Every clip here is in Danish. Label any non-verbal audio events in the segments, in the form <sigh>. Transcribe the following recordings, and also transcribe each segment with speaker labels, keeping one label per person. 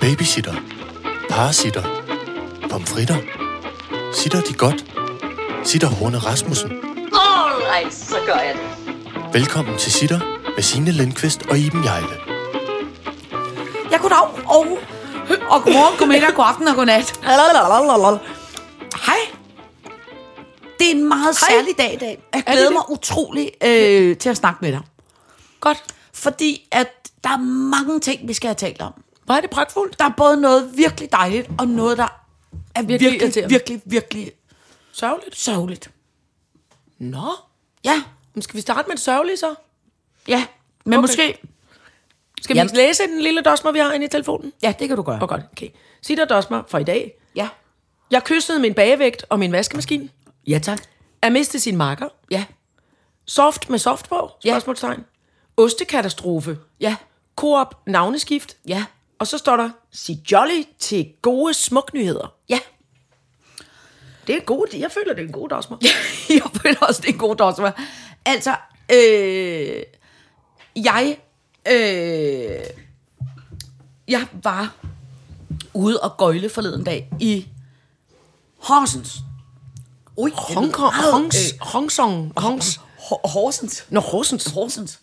Speaker 1: Babysitter. Parasitter. Pomfritter. Sitter de godt? Sitter Horne Rasmussen.
Speaker 2: Alright, så gør jeg det.
Speaker 1: Velkommen til Sitter med Signe Lindqvist og Iben Jejle.
Speaker 3: Jeg kunne dog, og, og godmorgen, godmiddag, god aften og godnat. Lalalalalalal. Hej. Det er en meget Hej. særlig dag i dag. Jeg
Speaker 4: det
Speaker 3: glæder
Speaker 4: det?
Speaker 3: mig utrolig øh, til at snakke med dig.
Speaker 4: Godt.
Speaker 3: Fordi at der er mange ting, vi skal have talt om.
Speaker 4: Hvor er det pragtfuldt.
Speaker 3: Der er både noget virkelig dejligt, og noget, der er virkelig, virkelig,
Speaker 4: irriterende.
Speaker 3: virkelig, virkelig
Speaker 4: Sørgeligt.
Speaker 3: sørgeligt.
Speaker 4: Nå.
Speaker 3: Ja,
Speaker 4: Men skal vi starte med det sørgelige så?
Speaker 3: ja. Men okay.
Speaker 4: Okay.
Speaker 3: måske...
Speaker 4: Skal vi
Speaker 3: Jamen.
Speaker 4: læse den lille dosmer, vi har inde i telefonen?
Speaker 3: Ja, det kan du gøre.
Speaker 4: Åh, oh, godt. Okay. Sig der dosmer for i dag.
Speaker 3: Ja.
Speaker 4: Jeg kyssede min bagevægt og min vaskemaskine.
Speaker 3: Ja, tak.
Speaker 4: At miste sin marker.
Speaker 3: Ja,
Speaker 4: Soft med soft på?
Speaker 3: Ja.
Speaker 4: Spørgsmålstegn. Ostekatastrofe.
Speaker 3: ja,
Speaker 4: Coop navneskift.
Speaker 3: ja,
Speaker 4: Og så står der, sig jolly til gode smuknyheder.
Speaker 3: ja.
Speaker 4: Det er en god, jeg føler, det er en god dosmer.
Speaker 3: <laughs> jeg føler også, det er en god dosmer. Altså, øh, jeg, øh, jeg var ude og gøjle forleden dag i Horsens. Ui,
Speaker 4: Hong Kong, Hongs, Hong Song, Hongs.
Speaker 3: øh, Horsens.
Speaker 4: Nå, Horsens.
Speaker 3: Horsens.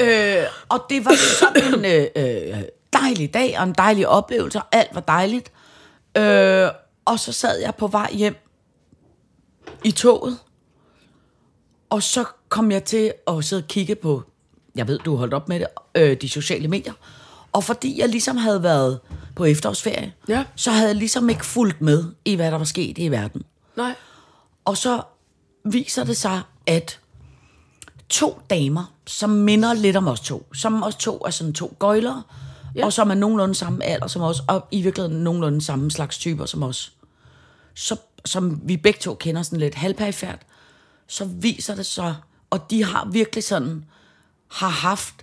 Speaker 3: Øh, og det var sådan en øh, øh, dejlig dag, og en dejlig oplevelse, og alt var dejligt. Øh, og så sad jeg på vej hjem i toget, og så kom jeg til at sidde og kigge på, jeg ved, du har holdt op med det, øh, de sociale medier. Og fordi jeg ligesom havde været på efterårsferie,
Speaker 4: Ja.
Speaker 3: så havde jeg ligesom ikke fulgt med i, hvad der var sket i verden.
Speaker 4: Nej.
Speaker 3: Og så viser det sig, at to damer, som minder lidt om os to, som os to er sådan to gøjlere, ja. og som er nogenlunde samme alder som os, og i virkeligheden nogenlunde samme slags typer som os, så, som vi begge to kender sådan lidt halvperifært, så viser det sig, og de har virkelig sådan, har haft,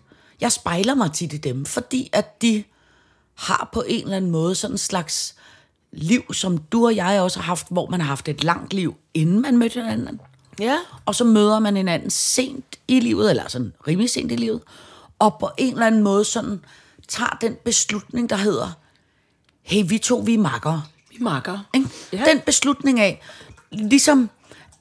Speaker 3: jeg spejler mig tit i dem, fordi at de har på en eller anden måde sådan en slags liv, som du og jeg også har haft, hvor man har haft et langt liv, inden man mødte hinanden.
Speaker 4: Ja.
Speaker 3: Og så møder man hinanden sent i livet, eller sådan rimelig sent i livet, og på en eller anden måde sådan tager den beslutning, der hedder, hey, vi to, vi er makkere.
Speaker 4: Vi makker.
Speaker 3: Ikke?
Speaker 4: Ja.
Speaker 3: Den beslutning af, ligesom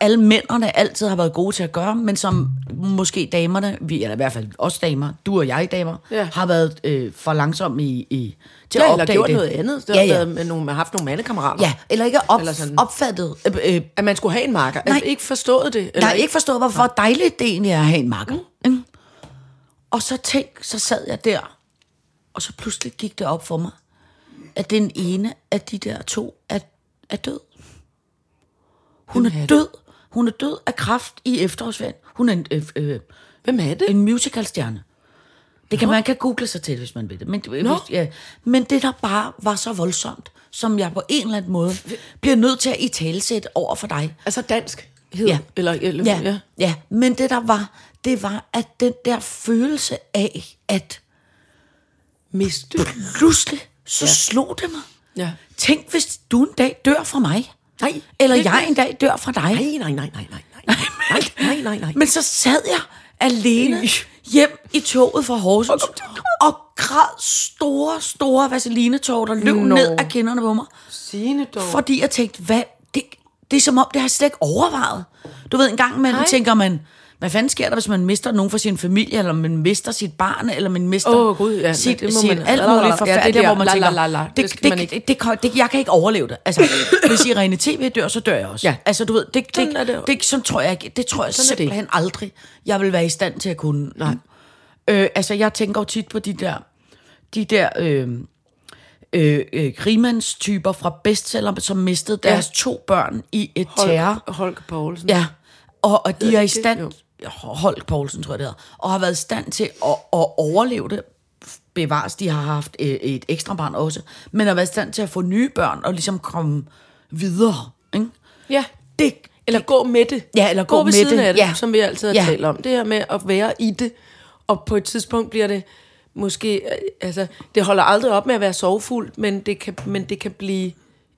Speaker 3: alle mændene altid har været gode til at gøre, men som måske damerne, vi, eller i hvert fald os damer, du og jeg damer,
Speaker 4: Ja.
Speaker 3: har været øh, for langsomme i, i, til
Speaker 4: Ja,
Speaker 3: at
Speaker 4: eller
Speaker 3: opdage
Speaker 4: gjort
Speaker 3: det.
Speaker 4: noget andet. Det
Speaker 3: ja,
Speaker 4: har
Speaker 3: ja.
Speaker 4: været med nogle, man har haft nogle mandekammerater.
Speaker 3: ja, eller ikke op,
Speaker 4: Eller sådan.
Speaker 3: opfattet, øh, øh,
Speaker 4: At man skulle have en marker.
Speaker 3: Nej.
Speaker 4: Nej. ikke forstået det. Eller
Speaker 3: Nej, ikke forstået, hvorfor dejligt det egentlig er at have en makker. Mm. Og så tænk, så sad jeg der, og så pludselig gik det op for mig, at den ene af de der to er, er død. Hun
Speaker 4: Hvem er
Speaker 3: er
Speaker 4: det?
Speaker 3: død. Hun er død af kraft i efterårsvand. Hun er en, øh, øh,
Speaker 4: Hvem er det?
Speaker 3: en musicalstjerne. Det kan man kan google sig til, hvis man vil det. Men,
Speaker 4: Nå.
Speaker 3: hvis, ja. Men det, der bare var så voldsomt, som jeg på en eller anden måde bliver nødt til at i talsætte over for dig,
Speaker 4: Altså dansk. Hed,
Speaker 3: Ja.
Speaker 4: Eller, eller,
Speaker 3: Ja, ja. ja, men det der var, det var, at den der følelse af, at
Speaker 4: Mist.
Speaker 3: pludselig så ja. slog det mig.
Speaker 4: Ja.
Speaker 3: Tænk, hvis du en dag dør fra mig.
Speaker 4: Nej.
Speaker 3: Eller
Speaker 4: Ikke
Speaker 3: jeg
Speaker 4: det.
Speaker 3: en dag dør fra dig.
Speaker 4: Nej, nej, nej, nej, nej, nej, nej, nej, nej, nej.
Speaker 3: Men så sad jeg alene
Speaker 4: Øj.
Speaker 3: hjem i toget fra Horsens
Speaker 4: Og kom til-
Speaker 3: og græd store, store vaselinetårer, der løb
Speaker 4: Nå.
Speaker 3: ned af kinderne på mig.
Speaker 4: Signe dog. For...
Speaker 3: Fordi jeg tænkte, hvad, det, det er som om, det har jeg slet ikke overvejet. Du ved, en gang man
Speaker 4: Nej.
Speaker 3: tænker man, hvad fanden sker der, hvis man mister nogen fra sin familie, eller man mister sit barn, eller man mister
Speaker 4: Åh, Gud, ja,
Speaker 3: sit,
Speaker 4: det må
Speaker 3: sit
Speaker 4: man-
Speaker 3: alt
Speaker 4: Ja,
Speaker 3: muligt
Speaker 4: det
Speaker 3: forfærdeligt,
Speaker 4: der,
Speaker 3: hvor man
Speaker 4: la, la,
Speaker 3: tænker,
Speaker 4: la, la, det
Speaker 3: det,
Speaker 4: skal
Speaker 3: det,
Speaker 4: man
Speaker 3: det,
Speaker 4: ikke."
Speaker 3: det, det, det, jeg kan ikke overleve det.
Speaker 4: <laughs>
Speaker 3: Altså, hvis Irene TV dør, så dør jeg også.
Speaker 4: Ja.
Speaker 3: Altså, du ved, det, det,
Speaker 4: Sådan er
Speaker 3: det,
Speaker 4: det jo.
Speaker 3: det, det sådan tror jeg ikke, det tror jeg
Speaker 4: Sådan er det.
Speaker 3: simpelthen aldrig, jeg vil være i stand til at kunne. Nej. Øh, altså, jeg tænker jo tit på de der, de der, øh, øh, øh, rigmandstyper fra bestseller, som mistede
Speaker 4: Ja.
Speaker 3: deres to børn i et Hold. terror.
Speaker 4: Holger Poulsen.
Speaker 3: Ja, og, og de er i
Speaker 4: det?
Speaker 3: stand,
Speaker 4: Jo.
Speaker 3: Holk Poulsen tror jeg det hedder, og har været i stand til at, at overleve det. Bevares, de har haft øh, et ekstra barn også, men har været i stand til at få nye børn og ligesom komme videre. Ikke?
Speaker 4: ja.
Speaker 3: Det,
Speaker 4: Eller gå med det.
Speaker 3: Ja, eller gå
Speaker 4: ved
Speaker 3: med
Speaker 4: siden
Speaker 3: det.
Speaker 4: af det,
Speaker 3: Ja.
Speaker 4: som vi altid har
Speaker 3: Ja.
Speaker 4: ja. talt om. Det her med at være i det, og på et tidspunkt bliver det måske, øh, altså, det holder aldrig op med at være sorgfuldt, men det kan, men det kan blive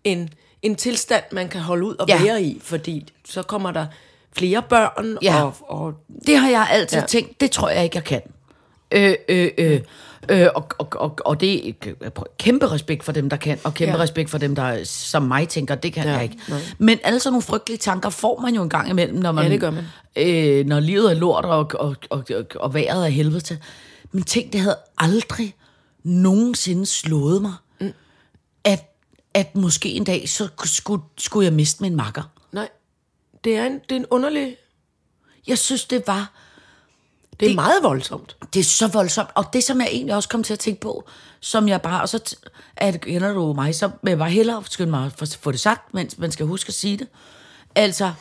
Speaker 4: en, en tilstand, man kan holde ud og
Speaker 3: Ja.
Speaker 4: ja. være i, fordi så kommer der flere børn,
Speaker 3: Ja.
Speaker 4: og, og
Speaker 3: Det har jeg altid ja.
Speaker 4: Ja.
Speaker 3: tænkt, det tror jeg ikke, jeg kan. Øh, øh, øh. Øh, og, og, og, og det er k- kæmpe respekt for dem, der kan, og kæmpe ja.
Speaker 4: Ja.
Speaker 3: respekt for dem, der som mig tænker, det kan ja,
Speaker 4: Ja,
Speaker 3: jeg ikke. Nej.
Speaker 4: nej.
Speaker 3: Men alle sådan nogle frygtelige tanker får man jo en gang imellem, når man,
Speaker 4: Ja, det gør man.
Speaker 3: Øh, når livet er lort, og, og, og, og, og vejret er helvede til. Men tænk, det havde aldrig nogensinde slået mig, mm. at, at måske en dag, så skulle, skulle jeg miste min makker.
Speaker 4: Nej. Det er en, det er en underlig...
Speaker 3: Jeg synes, det var...
Speaker 4: Det er det, meget voldsomt.
Speaker 3: Det er så voldsomt. Og det, som jeg egentlig også kom til at tænke på, som jeg bare... Og så t- at, kender du mig, så vil jeg bare hellere skynde mig at få- få det sagt, mens man skal huske at sige det. Altså,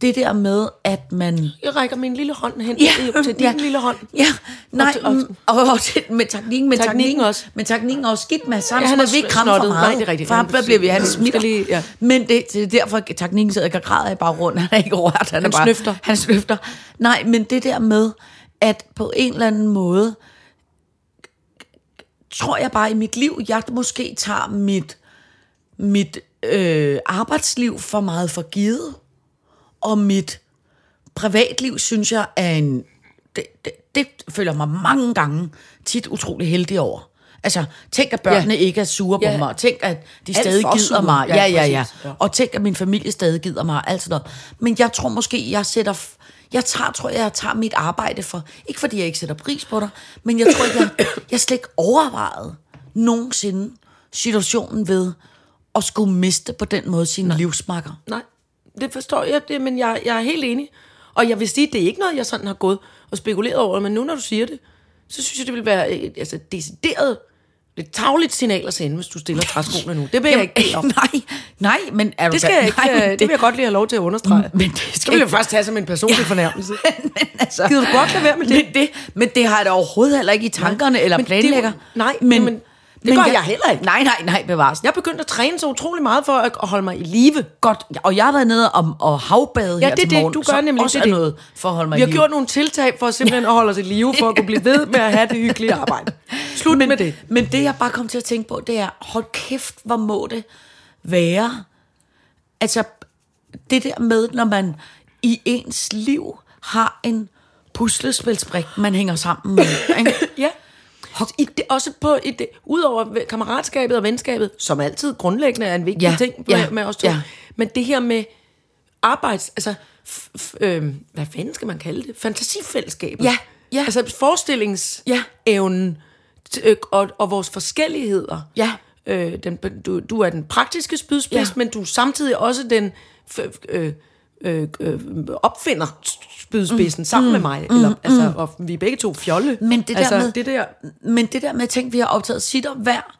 Speaker 3: det der med, at man...
Speaker 4: Jeg rækker min lille hånd hen ja,
Speaker 3: <laughs>
Speaker 4: til din ja. lille hånd.
Speaker 3: Ja, nej,
Speaker 4: til-
Speaker 3: og, og,
Speaker 4: og-
Speaker 3: og, og med teknikken, med teknikken, teknikken også.
Speaker 4: også.
Speaker 3: Men teknikken er også skidt med sammen,
Speaker 4: Ja,
Speaker 3: ja,
Speaker 4: han
Speaker 3: så
Speaker 4: er
Speaker 3: vi ikke
Speaker 4: sn-
Speaker 3: kramme for
Speaker 4: snottet.
Speaker 3: meget.
Speaker 4: Nej, det er rigtigt.
Speaker 3: For
Speaker 4: Han
Speaker 3: hvad bliver vi, han
Speaker 4: skal
Speaker 3: smitter. Lige,
Speaker 4: lige-
Speaker 3: ja.
Speaker 4: ja.
Speaker 3: Men det, det er derfor, at teknikken sidder og græder i baggrunden. Han er ikke rørt. Han, er
Speaker 4: Han
Speaker 3: bare,
Speaker 4: snøfter.
Speaker 3: Han snøfter. Nej, men det der med, at på en eller anden måde, tror jeg bare i mit liv, jeg måske tager mit, mit øh, arbejdsliv for meget for givet, og mit privatliv, synes jeg, er en... Det, det, det føler jeg mig mange gange tit utrolig heldig over. Altså, tænk, at børnene ja. ikke er sure ja. på
Speaker 4: Ja.
Speaker 3: mig. Tænk, at de stadig
Speaker 4: for
Speaker 3: gider
Speaker 4: sure.
Speaker 3: mig. Ja,
Speaker 4: Ja,
Speaker 3: ja, ja,
Speaker 4: præcis.
Speaker 3: ja.
Speaker 4: Ja.
Speaker 3: Og tænk, at min familie stadig gider mig. Alt sådan noget. Men jeg tror måske, jeg sætter... f- Jeg tager, tror jeg, jeg tager mit arbejde for... Ikke fordi jeg ikke sætter pris på dig, men jeg tror ikke, jeg, jeg slet ikke overvejede nogensinde situationen ved at skulle miste på den måde sin livsmakker.
Speaker 4: Nej, det forstår jeg, det, men jeg, jeg er helt enig. Og jeg vil sige, det er ikke noget, jeg sådan har gået og spekuleret over, men nu når du siger det, så synes jeg, det vil være et altså, et decideret, lidt tavligt signal at sende, hvis du stiller træskoene nu. Det vil jeg ikke bede <laughs>
Speaker 3: <laughs>
Speaker 4: om.
Speaker 3: nej, nej, men er du
Speaker 4: Det, skal
Speaker 3: da-
Speaker 4: jeg ikke,
Speaker 3: nej, men
Speaker 4: nej, det, det vil jeg godt lige have lov til at understrege.
Speaker 3: Men det skal
Speaker 4: det vil jeg
Speaker 3: ikke-
Speaker 4: først have som en personlig
Speaker 3: <laughs>
Speaker 4: fornærmelse.
Speaker 3: altså,
Speaker 4: Gider du godt lade være med det?
Speaker 3: Men det, men det har jeg da overhovedet heller ikke i tankerne nej, eller
Speaker 4: men det er jo-
Speaker 3: planlægger.
Speaker 4: nej, men det gør jeg heller ikke.
Speaker 3: Nej, nej, nej, bevares. Jeg
Speaker 4: <laughs> Jeg begyndte at træne så utrolig meget for at at holde mig i live.
Speaker 3: godt, og jeg har været nede om, og havbade her
Speaker 4: det er
Speaker 3: til
Speaker 4: det,
Speaker 3: morgen,
Speaker 4: du gør
Speaker 3: som
Speaker 4: nemlig,
Speaker 3: også
Speaker 4: det
Speaker 3: er
Speaker 4: er det.
Speaker 3: noget for at holde mig
Speaker 4: Vi
Speaker 3: i
Speaker 4: har
Speaker 3: live.
Speaker 4: gjort nogle tiltag for simpelthen at holde os i live, for at kunne blive ved med at have det hyggelige arbejde. Slut
Speaker 3: men,
Speaker 4: med det.
Speaker 3: Men det, jeg bare kom til at tænke på, det er, hold kæft, hvor må det være. Altså, det der med, når man i ens liv har en puslespilsbrik, man hænger sammen med. Ikke?
Speaker 4: <laughs> Ja. I det, også på, i det, udover ve- kammeratskabet og venskabet, som altid grundlæggende er en vigtig
Speaker 3: Ja,
Speaker 4: ting med,
Speaker 3: ja,
Speaker 4: med os to.
Speaker 3: ja.
Speaker 4: Men det her med arbejds... Altså, f, f, øh, hvad fanden skal man kalde det? Fantasifællesskabet.
Speaker 3: Ja, ja.
Speaker 4: Altså
Speaker 3: Ja.
Speaker 4: forestillingsevnen t- øh, og, og vores forskelligheder.
Speaker 3: Ja.
Speaker 4: Øh, den, du, du er den praktiske spydspids,
Speaker 3: Ja.
Speaker 4: ja. men du er samtidig også den f, øh, øh, øh, opfinder spydspidsen mm. sammen med mig. Eller, altså, og vi er begge to fjolle.
Speaker 3: mm. Men det der
Speaker 4: altså,
Speaker 3: med-
Speaker 4: det der
Speaker 3: Men det der med, tænk, vi har optaget sitter hver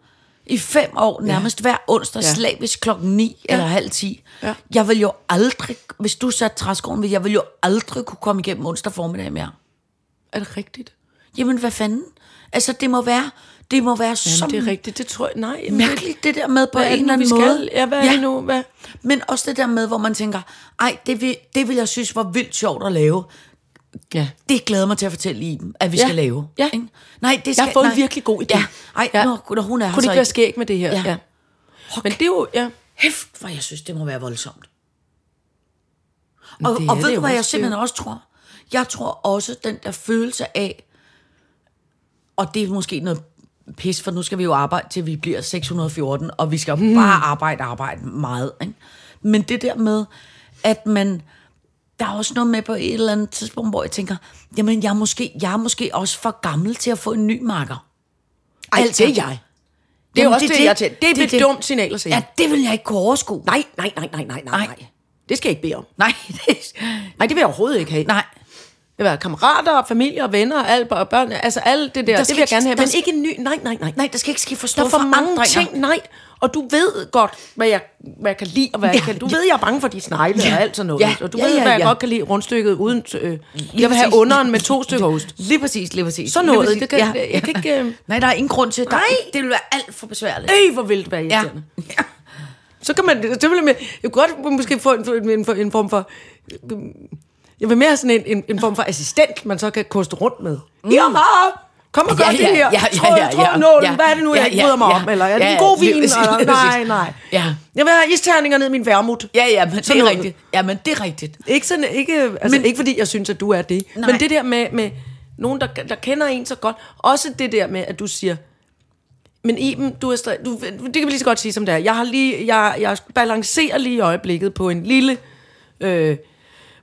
Speaker 3: i fem år, nærmest hver onsdag, ja.
Speaker 4: Ja.
Speaker 3: slavisk klokken ni ja. eller halv ti. Ja.
Speaker 4: Ja.
Speaker 3: Jeg vil jo aldrig, hvis du satte træskoen ved, jeg vil jo aldrig kunne komme igennem onsdag formiddag mere.
Speaker 4: Er det rigtigt?
Speaker 3: Jamen, hvad fanden? Altså, det må være, det må være Jamen,
Speaker 4: Jamen,
Speaker 3: sådan
Speaker 4: det er rigtigt, det tror jeg. Nej, jamen,
Speaker 3: mærkeligt, det der med på
Speaker 4: Hvad er
Speaker 3: en
Speaker 4: det
Speaker 3: eller
Speaker 4: nu, vi
Speaker 3: anden måde.
Speaker 4: skal? Ja, hvad er det nu? Hvad?
Speaker 3: Men også det der med, hvor man tænker, ej, det vil, det vil jeg synes var vildt sjovt at lave.
Speaker 4: Ja.
Speaker 3: Det glæder mig til at fortælle i dem, at vi
Speaker 4: Ja.
Speaker 3: skal lave.
Speaker 4: Ja.
Speaker 3: Ikke? Nej, det skal,
Speaker 4: Jeg har fået
Speaker 3: nej.
Speaker 4: en virkelig god idé.
Speaker 3: Ja. Ej, ja. Når, når hun er her,
Speaker 4: Kunne det
Speaker 3: så
Speaker 4: ikke være skæg med det her?
Speaker 3: Ja.
Speaker 4: Men det er jo... Ja.
Speaker 3: Hæft, hvor jeg synes, det må være voldsomt. Og,
Speaker 4: det
Speaker 3: og
Speaker 4: er
Speaker 3: ved
Speaker 4: det
Speaker 3: du,
Speaker 4: jo
Speaker 3: hvad jeg
Speaker 4: også,
Speaker 3: simpelthen også tror? Jeg tror også, den der følelse af, og det er måske noget pis, for nu skal vi jo arbejde, til vi bliver 614, og vi skal
Speaker 4: Mm.
Speaker 3: jo bare arbejde, arbejde meget. Ikke? Men det der med, at man... Der er også noget med på et eller andet tidspunkt, hvor jeg tænker, jamen, jeg er måske, jeg er måske også for gammel til at få en ny makker.
Speaker 4: Ej,
Speaker 3: Altså,
Speaker 4: det er jeg. Det er
Speaker 3: Jamen,
Speaker 4: også det, jeg tænker. Det er et dumt signal at sende.
Speaker 3: Ja, det vil jeg ikke kunne overskue.
Speaker 4: Nej, nej, nej, nej, nej, nej,
Speaker 3: Nej.
Speaker 4: nej. Det skal jeg ikke bede om.
Speaker 3: Nej, <laughs> det,
Speaker 4: Nej, det vil jeg overhovedet ikke have.
Speaker 3: nej.
Speaker 4: Det vil være kammerater, og familie og venner, og alt, og børn, altså alt det der,
Speaker 3: Der
Speaker 4: det
Speaker 3: skal
Speaker 4: vil jeg
Speaker 3: ikke-
Speaker 4: gerne have.
Speaker 3: der
Speaker 4: Men
Speaker 3: skal-
Speaker 4: ikke en ny, nej, nej, nej.
Speaker 3: Nej, der skal ikke ske for
Speaker 4: Der
Speaker 3: store
Speaker 4: er for mange
Speaker 3: forandringer.
Speaker 4: ting, nej. Og du ved godt, hvad jeg, hvad jeg kan lide, og hvad ja,
Speaker 3: Ja,
Speaker 4: jeg kan Du
Speaker 3: ja.
Speaker 4: ved, jeg er bange for de snegle
Speaker 3: Ja,
Speaker 4: ja, og alt sådan noget.
Speaker 3: ja,
Speaker 4: og du
Speaker 3: ja,
Speaker 4: ved,
Speaker 3: ja,
Speaker 4: hvad jeg
Speaker 3: ja.
Speaker 4: godt kan lide rundstykket uden... Øh, jeg vil have
Speaker 3: præcis.
Speaker 4: underen med to stykker ost.
Speaker 3: Lige præcis, lige præcis.
Speaker 4: Sådan
Speaker 3: Lige
Speaker 4: noget,
Speaker 3: præcis.
Speaker 4: det kan- jeg kan ikke, øh,
Speaker 3: <laughs> Nej, der er ingen grund til det.
Speaker 4: Nej. Øh,
Speaker 3: Det vil være alt for besværligt.
Speaker 4: Øj, hvor vildt være
Speaker 3: Ja.
Speaker 4: irriterende.
Speaker 3: <laughs>
Speaker 4: Så kan man... Det vil jeg, jeg kunne godt måske få en, en, en, en form for... Jeg vil mere have sådan en, en, en form for assistent, man så kan koste rundt med. Mm. Irma! Kom og gør
Speaker 3: Ja,
Speaker 4: det
Speaker 3: ja,
Speaker 4: her.
Speaker 3: ja, ja,
Speaker 4: Tråd-
Speaker 3: ja, ja,
Speaker 4: trådnålen,
Speaker 3: ja.
Speaker 4: hvad er det nu,
Speaker 3: Ja,
Speaker 4: jeg ikke
Speaker 3: ja,
Speaker 4: bryder mig
Speaker 3: ja.
Speaker 4: om? Eller er det
Speaker 3: Ja,
Speaker 4: en god
Speaker 3: lige
Speaker 4: vin?
Speaker 3: præcis,
Speaker 4: Eller,
Speaker 3: lige
Speaker 4: nej,
Speaker 3: præcis.
Speaker 4: nej.
Speaker 3: Ja.
Speaker 4: Jeg vil have isterninger ned i min vermut.
Speaker 3: Ja, ja, men det
Speaker 4: Sådan
Speaker 3: er
Speaker 4: noget.
Speaker 3: rigtigt. <laughs> Ja, men det er rigtigt.
Speaker 4: Ikke, sådan, ikke, altså, men, ikke fordi jeg synes, at du er det.
Speaker 3: Nej.
Speaker 4: Men det der med, med Nogen, der, der kender en så godt. Også det der med, at du siger, men Iben, du er stadig, du, det kan vi lige så godt sige som det er. Jeg, har lige, jeg, jeg balancerer lige i øjeblikket på en lille, øh,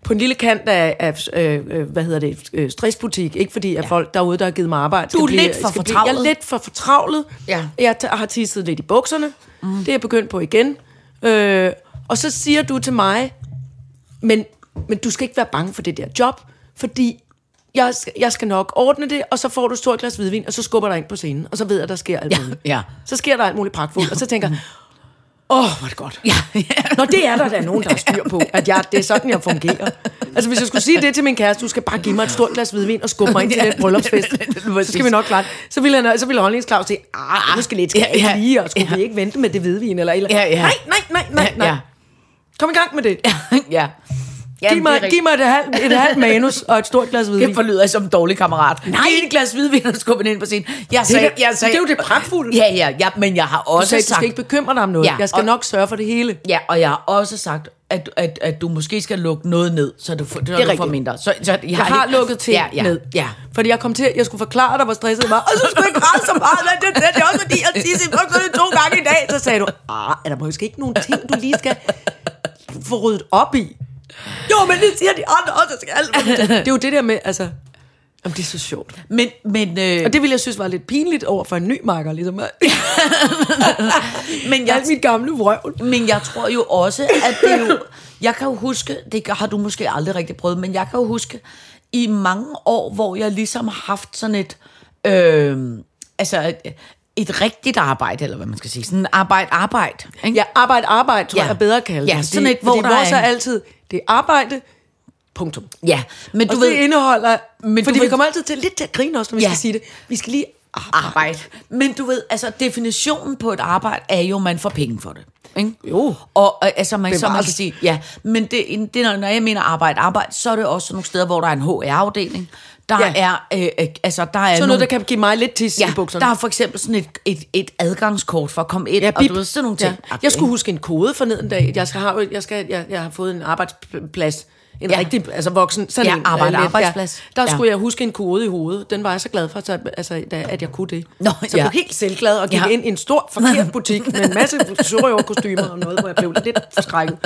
Speaker 4: på en lille kant af, af øh, øh, hvad hedder det, øh, stressbutik. Ikke fordi, at ja. folk derude, der har givet mig arbejde,
Speaker 3: Du er lidt for
Speaker 4: blive, Jeg er
Speaker 3: fortravlet.
Speaker 4: lidt for fortravlet.
Speaker 3: Ja.
Speaker 4: Jeg t- har tisset lidt i bukserne. Mm. Det er jeg begyndt på igen. Øh, og så siger du til mig, men, men du skal ikke være bange for det der job, fordi jeg skal, jeg skal nok ordne det, og så får du et stort glas hvidvin, og så skubber der ind på scenen, og så ved jeg, der sker alt
Speaker 3: Ja,
Speaker 4: muligt.
Speaker 3: ja.
Speaker 4: Så sker der alt muligt pragtfuldt, og så tænker
Speaker 3: <laughs>
Speaker 4: jeg, åh, oh, hvor er det godt.
Speaker 3: Ja, ja.
Speaker 4: <laughs> Nå, det er der da nogen, der har styr på, at jeg, det er sådan, jeg fungerer. Altså, hvis jeg skulle sige det til min kæreste, du skal bare give mig et stort glas hvidvin og skubbe mig ind til
Speaker 3: Ja, <laughs>
Speaker 4: den bryllupsfest,
Speaker 3: det- det- det-
Speaker 4: så skal vi nok klare det. Så ville, han, så ville Holdnings Claus sige, ah, nu skal lidt skal
Speaker 3: Ja,
Speaker 4: ja,
Speaker 3: ja.
Speaker 4: lige, og skulle
Speaker 3: Ja.
Speaker 4: vi ikke vente med det hvidvin? Eller, et eller.
Speaker 3: <laughs> Ja, ja.
Speaker 4: Nej, nej, nej, nej, nej.
Speaker 3: Ja. <laughs>
Speaker 4: Kom i gang med det.
Speaker 3: ja.
Speaker 4: Giv mig, giv mig et, halvt, et halvt manus og et stort glas hvidvin.
Speaker 3: Det forlyder jeg som en dårlig kammerat. Nej. Giv et glas hvidvin, og skubber den ind på scenen. Jeg sagde,
Speaker 4: da-
Speaker 3: jeg sagde,
Speaker 4: det er jo det pragtfulde.
Speaker 3: Ja, ja, ja, men jeg har også
Speaker 4: Du sagde, du
Speaker 3: sagt...
Speaker 4: skal ikke bekymre dig om noget. Ja,
Speaker 3: Ja,
Speaker 4: jeg skal
Speaker 3: og-
Speaker 4: nok sørge for det hele.
Speaker 3: Ja, og jeg har også sagt, at, at, at du måske skal lukke noget ned, så du får, så du får
Speaker 4: rigtigt.
Speaker 3: mindre. Så, så jeg,
Speaker 4: Jeg har lukket til
Speaker 3: ja, ja,
Speaker 4: ned.
Speaker 3: Ja.
Speaker 4: Fordi jeg kom til, jeg skulle forklare dig, hvor stresset jeg var. Og så skulle jeg græde så meget. men Det, det, det er også fordi, jeg tisse i bukserne to gange i dag. Så sagde du, ah, er der måske ikke nogen ting, du lige skal få ryddet op i? Jo, men det siger de andre også, jeg skal alt. Det er jo det der med, altså... Jamen, det er så sjovt.
Speaker 3: Men, men, øh,
Speaker 4: Og det ville jeg synes var lidt pinligt over for en ny marker, ligesom.
Speaker 3: men, jeg,
Speaker 4: Alt mit gamle vrøvl.
Speaker 3: men jeg tror jo også, at det er jo... Jeg kan jo huske, det har du måske aldrig rigtig prøvet, men jeg kan jo huske, i mange år, hvor jeg ligesom har haft sådan et... Øh, altså, et, et rigtigt arbejde, eller hvad man skal sige. Sådan en arbejde-arbejde. ikke?
Speaker 4: Ja, arbejde, arbejde, tror ja.
Speaker 3: Ja.
Speaker 4: jeg er bedre at kalde
Speaker 3: Ja,
Speaker 4: det.
Speaker 3: sådan et, hvor
Speaker 4: fordi
Speaker 3: der er
Speaker 4: vores er
Speaker 3: en-
Speaker 4: altid, det er arbejde, punktum.
Speaker 3: ja. Men
Speaker 4: Du
Speaker 3: du
Speaker 4: og
Speaker 3: ved,
Speaker 4: ved, det indeholder... Men
Speaker 3: Men
Speaker 4: fordi
Speaker 3: du
Speaker 4: vi
Speaker 3: ved-
Speaker 4: kommer altid til lidt til at grine også, når vi ja.
Speaker 3: Ja.
Speaker 4: skal sige det. Vi skal lige...
Speaker 3: arbejde. Men du ved, altså definitionen på et arbejde er jo, at man får penge for det. Ikke?
Speaker 4: Jo.
Speaker 3: Og og, altså, man, så man
Speaker 4: Bevares.
Speaker 3: kan sige, ja, men det, det, når når jeg mener arbejde, arbejde, så er det også nogle steder, hvor der er en HR-afdeling. Der
Speaker 4: Ja.
Speaker 3: ja. er, øh, øh, altså, der er
Speaker 4: Sådan noget,
Speaker 3: nogle,
Speaker 4: der kan give mig lidt tis ja, i
Speaker 3: ja,
Speaker 4: bukserne.
Speaker 3: der er for eksempel sådan et, et, et adgangskort for at komme ind,
Speaker 4: Ja,
Speaker 3: ja, og
Speaker 4: bip.
Speaker 3: du ved, sådan nogle ting.
Speaker 4: Ja. Jeg skulle huske en kode forneden dag. Jeg, skal, have, jeg, skal, jeg, jeg har fået en arbejdsplads. En ja.
Speaker 3: Ja.
Speaker 4: rigtig altså voksen, sådan
Speaker 3: Ja,
Speaker 4: en,
Speaker 3: arbejde-
Speaker 4: øh, let,
Speaker 3: arbejdsplads.
Speaker 4: Ja. Der
Speaker 3: Ja.
Speaker 4: skulle jeg huske en kode i hovedet. Den var jeg så glad for, så, altså, da, at jeg kunne det.
Speaker 3: Nå,
Speaker 4: så jeg
Speaker 3: ja.
Speaker 4: blev helt selvglad og gik ja.
Speaker 3: Ja.
Speaker 4: ind i en stor,
Speaker 3: <laughs>
Speaker 4: forkert butik med en masse kostymer og noget, hvor jeg blev lidt forskrækket.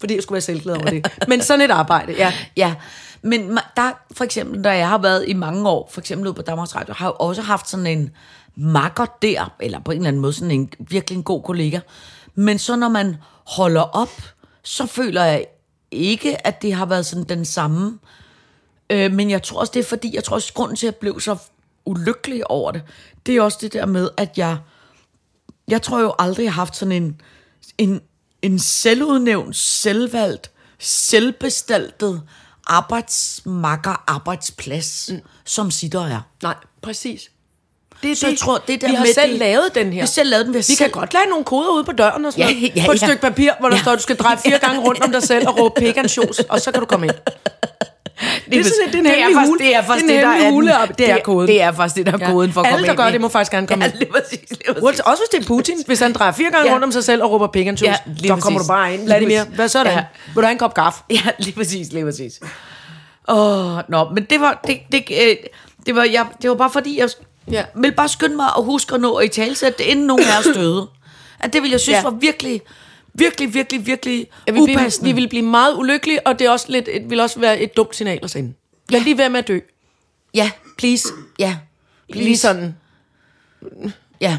Speaker 4: Fordi jeg skulle være selvglad over det. Men sådan et arbejde, ja.
Speaker 3: Ja, men ma- der, for eksempel, der jeg har været i mange år, for eksempel ude på Danmarks Radio, har jeg jo også haft sådan en makker der, eller på en eller anden måde sådan en virkelig en god kollega. Men så når man holder op, så føler jeg ikke, at det har været sådan den samme. Øh, men jeg tror også, det er fordi, jeg tror også, grunden til, at jeg blev så ulykkelig over det, det er også det der med, at jeg, jeg tror jo aldrig, jeg har haft sådan en, en, en selvudnævnt, selvvalgt, selvbestaltet arbejdsmakker, arbejdsplads, mm. som sitter og er.
Speaker 4: Nej, præcis. Det er
Speaker 3: Så jeg tror, det der
Speaker 4: vi har
Speaker 3: med
Speaker 4: selv
Speaker 3: det-
Speaker 4: lavet den her.
Speaker 3: Vi har selv lavet den, vi har
Speaker 4: Vi
Speaker 3: selv...
Speaker 4: kan godt lade nogle koder ude på døren og sådan
Speaker 3: Ja,
Speaker 4: noget.
Speaker 3: ja,
Speaker 4: på et
Speaker 3: ja.
Speaker 4: stykke papir, hvor der
Speaker 3: Ja.
Speaker 4: står, at du skal dreje fire gange rundt om dig selv og råbe pik and shoes, og så kan du komme ind.
Speaker 3: det,
Speaker 4: sådan lidt- det er en hemmelig
Speaker 3: faktisk-
Speaker 4: hule.
Speaker 3: Det er faktisk det,
Speaker 4: en
Speaker 3: der
Speaker 4: hemmelig
Speaker 3: er
Speaker 4: hule op-
Speaker 3: den, det er koden. Det er faktisk det, der er koden for at
Speaker 4: Alle,
Speaker 3: komme
Speaker 4: der
Speaker 3: ind,
Speaker 4: gør
Speaker 3: ikke?
Speaker 4: det, må faktisk gerne komme
Speaker 3: ja,
Speaker 4: ind.
Speaker 3: lige præcis, lige præcis.
Speaker 4: Well, også hvis det er Putin, hvis han drejer fire gange ja.
Speaker 3: Ja.
Speaker 4: rundt om sig selv og råber pik and shoes,
Speaker 3: Ja,
Speaker 4: så
Speaker 3: lige
Speaker 4: kommer du
Speaker 3: præcis.
Speaker 4: bare ind.
Speaker 3: Lige
Speaker 4: Vladimir,
Speaker 3: præcis.
Speaker 4: hvad så der?
Speaker 3: Ja.
Speaker 4: Vil du have en kop gaff?
Speaker 3: Ja, lige præcis, lige præcis. Åh, oh, nå, men det var, det, det, øh, det var, jeg, det var bare fordi, jeg
Speaker 4: Ja.
Speaker 3: ja. ville bare skynde mig at huske at nå at i talsætte det, inden nogen af os døde. At det ville jeg synes
Speaker 4: Ja.
Speaker 3: ja. var virkelig, virkelig, virkelig, virkelig
Speaker 4: Ja,
Speaker 3: ja,
Speaker 4: vi, vi,
Speaker 3: upassende.
Speaker 4: vi vil blive meget ulykkelige, og det er også lidt, et, vil også være et dumt signal at sende. Lad lige være med at dø.
Speaker 3: ja,
Speaker 4: Please.
Speaker 3: ja,
Speaker 4: Lige sådan.
Speaker 3: ja.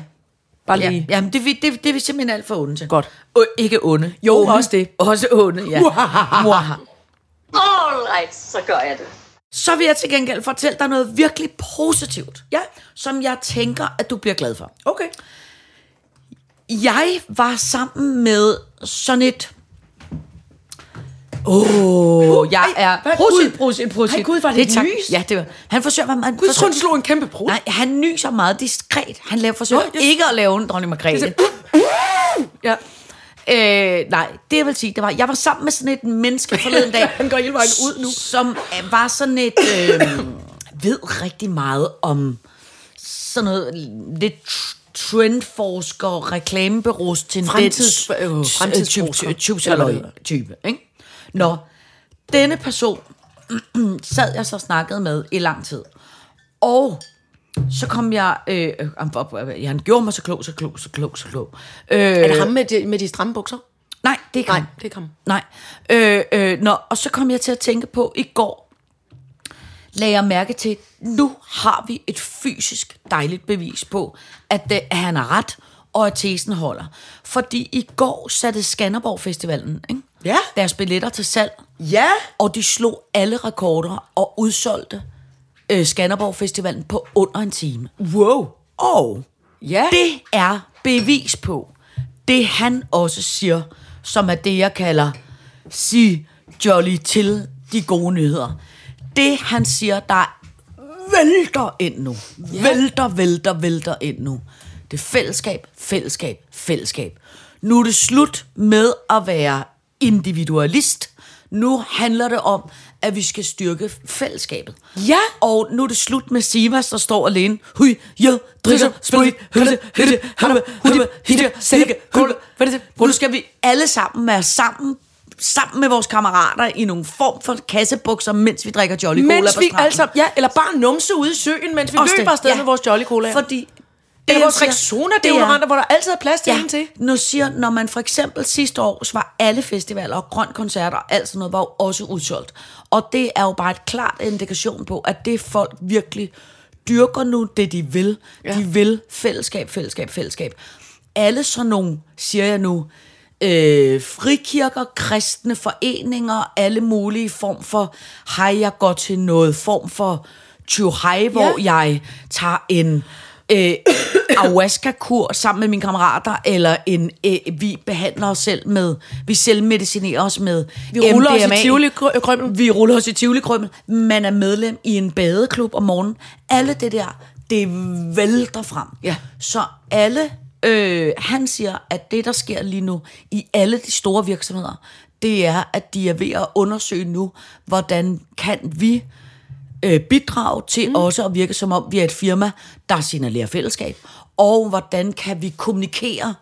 Speaker 4: Bare lige.
Speaker 3: Ja, jamen, det, er vi- det, det er vi simpelthen alt for onde til.
Speaker 4: Godt.
Speaker 3: Ø, ikke onde.
Speaker 4: Jo,
Speaker 3: onde.
Speaker 4: også det.
Speaker 3: Også onde, ja. Muahaha.
Speaker 2: All right, så gør jeg det.
Speaker 3: Så vil jeg til gengæld fortælle dig noget virkelig positivt,
Speaker 4: Ja.
Speaker 3: som jeg tænker, at du bliver glad for.
Speaker 4: Okay.
Speaker 3: jeg var sammen med sådan et... Åh, oh, jeg
Speaker 4: Ej,
Speaker 3: er...
Speaker 4: hvad- Gud.
Speaker 3: Prosit, prosit, prosit.
Speaker 4: Ej, Gud, var det et
Speaker 3: tak-
Speaker 4: nys?
Speaker 3: Ja, det var... Han forsøger... Man,
Speaker 4: Gud, jeg tror, du slog en kæmpe brud.
Speaker 3: Nej, han nyser meget diskret. Han laver, forsøger
Speaker 4: Nå,
Speaker 3: Nå,
Speaker 4: jeg- "Uh,
Speaker 3: ikke at lave en dronning Margrethe.
Speaker 4: Ja.
Speaker 3: Øh, nej, det jeg vil sige, det var... Jeg var sammen med sådan et menneske forleden dag.
Speaker 4: <laughs> Han går hele vejen ud nu.
Speaker 3: Som øh, var sådan et... Øh, <coughs> ved rigtig meget om sådan noget lidt tr- trendforsker, reklamebureaus tendens.
Speaker 4: Fremtids- øh, fremtidsforsker,
Speaker 3: type, type,
Speaker 4: eller hvad det hedder.
Speaker 3: type, type, ikke? <clears throat> Nå, denne person sad jeg så og snakkede med i lang tid. Og så kom jeg... Øh, han, han gjorde mig så klog, så klog, så klog, så klog. Øh,
Speaker 4: Er det ham med de, med de stramme bukser?
Speaker 3: Nej, det er ikke
Speaker 4: Nej,
Speaker 3: ham.
Speaker 4: det er ikke ham.
Speaker 3: Nej. Øh, øh, nå, og så kom jeg til at tænke på i går, lagde jeg mærke til, nu har vi et fysisk dejligt bevis på, at, øh, at han har ret, og at tesen holder. Fordi i går satte Skanderborg Festivalen ikke?
Speaker 4: Ja.
Speaker 3: deres billetter til salg,
Speaker 4: Ja!
Speaker 3: og de slog alle rekorder og udsolgte øh, Skanderborg Festivalen på under en time.
Speaker 4: Wow!
Speaker 3: Og
Speaker 4: Ja! Det.
Speaker 3: det er bevis på det, han også siger, som er det, jeg kalder sig jolly til de gode nyheder. Det, han siger, der vælter ind nu. Vælter, vælter, vælter ind nu. Det er fællesskab, fællesskab, fællesskab. Nu er det slut med at være individualist. Nu handler det om, at vi skal styrke fællesskabet.
Speaker 4: Ja.
Speaker 3: Og nu er det slut med Sivas, der står alene. Hui, jeg drikker sprit, hønse, hønse, hammer, hammer, hitte, sække, gulv. Hvad er det? Nu skal vi alle sammen være sammen sammen med vores kammerater i nogle form for kassebukser, mens vi drikker Jolly Cola
Speaker 4: Mens
Speaker 3: på
Speaker 4: vi
Speaker 3: stranden.
Speaker 4: altså, ja, eller bare numse ude i søen, mens vi
Speaker 3: Også
Speaker 4: løber
Speaker 3: det,
Speaker 4: afsted
Speaker 3: ja.
Speaker 4: med vores Jolly Cola.
Speaker 3: Fordi det,
Speaker 4: Eller
Speaker 3: han
Speaker 4: vores
Speaker 3: siger,
Speaker 4: Rexona-deodoranter, hvor der altid er plads til ja. en til.
Speaker 3: nu siger, når man for eksempel sidste år var alle festivaler og grøn koncert og alt sådan noget, var jo også udsolgt. Og det er jo bare et klart indikation på, at det folk virkelig dyrker nu, det de vil. Ja. De vil fællesskab, fællesskab, fællesskab. Alle sådan nogle, siger jeg nu, øh, frikirker, kristne foreninger, alle mulige form for, hej, jeg går til noget, form for tjuhej, hvor
Speaker 4: Ja.
Speaker 3: jeg tager en øh, ayahuasca-kur sammen med mine kammerater, eller en, øh, vi behandler os selv med, vi selv medicinerer os med
Speaker 4: Vi ruller os i
Speaker 3: MDMA.
Speaker 4: Tivoli Krø- Krømmel.
Speaker 3: Vi ruller os i Tivoli Krømmel. Man er medlem i en badeklub om morgenen. Alle det der, det vælter frem.
Speaker 4: Ja.
Speaker 3: Så alle, øh, han siger, at det, der sker lige nu i alle de store virksomheder, det er, at de er ved at undersøge nu, hvordan kan vi øh, bidrage til mm. også at virke som om, vi er et firma, der signalerer fællesskab, og hvordan kan vi kommunikere,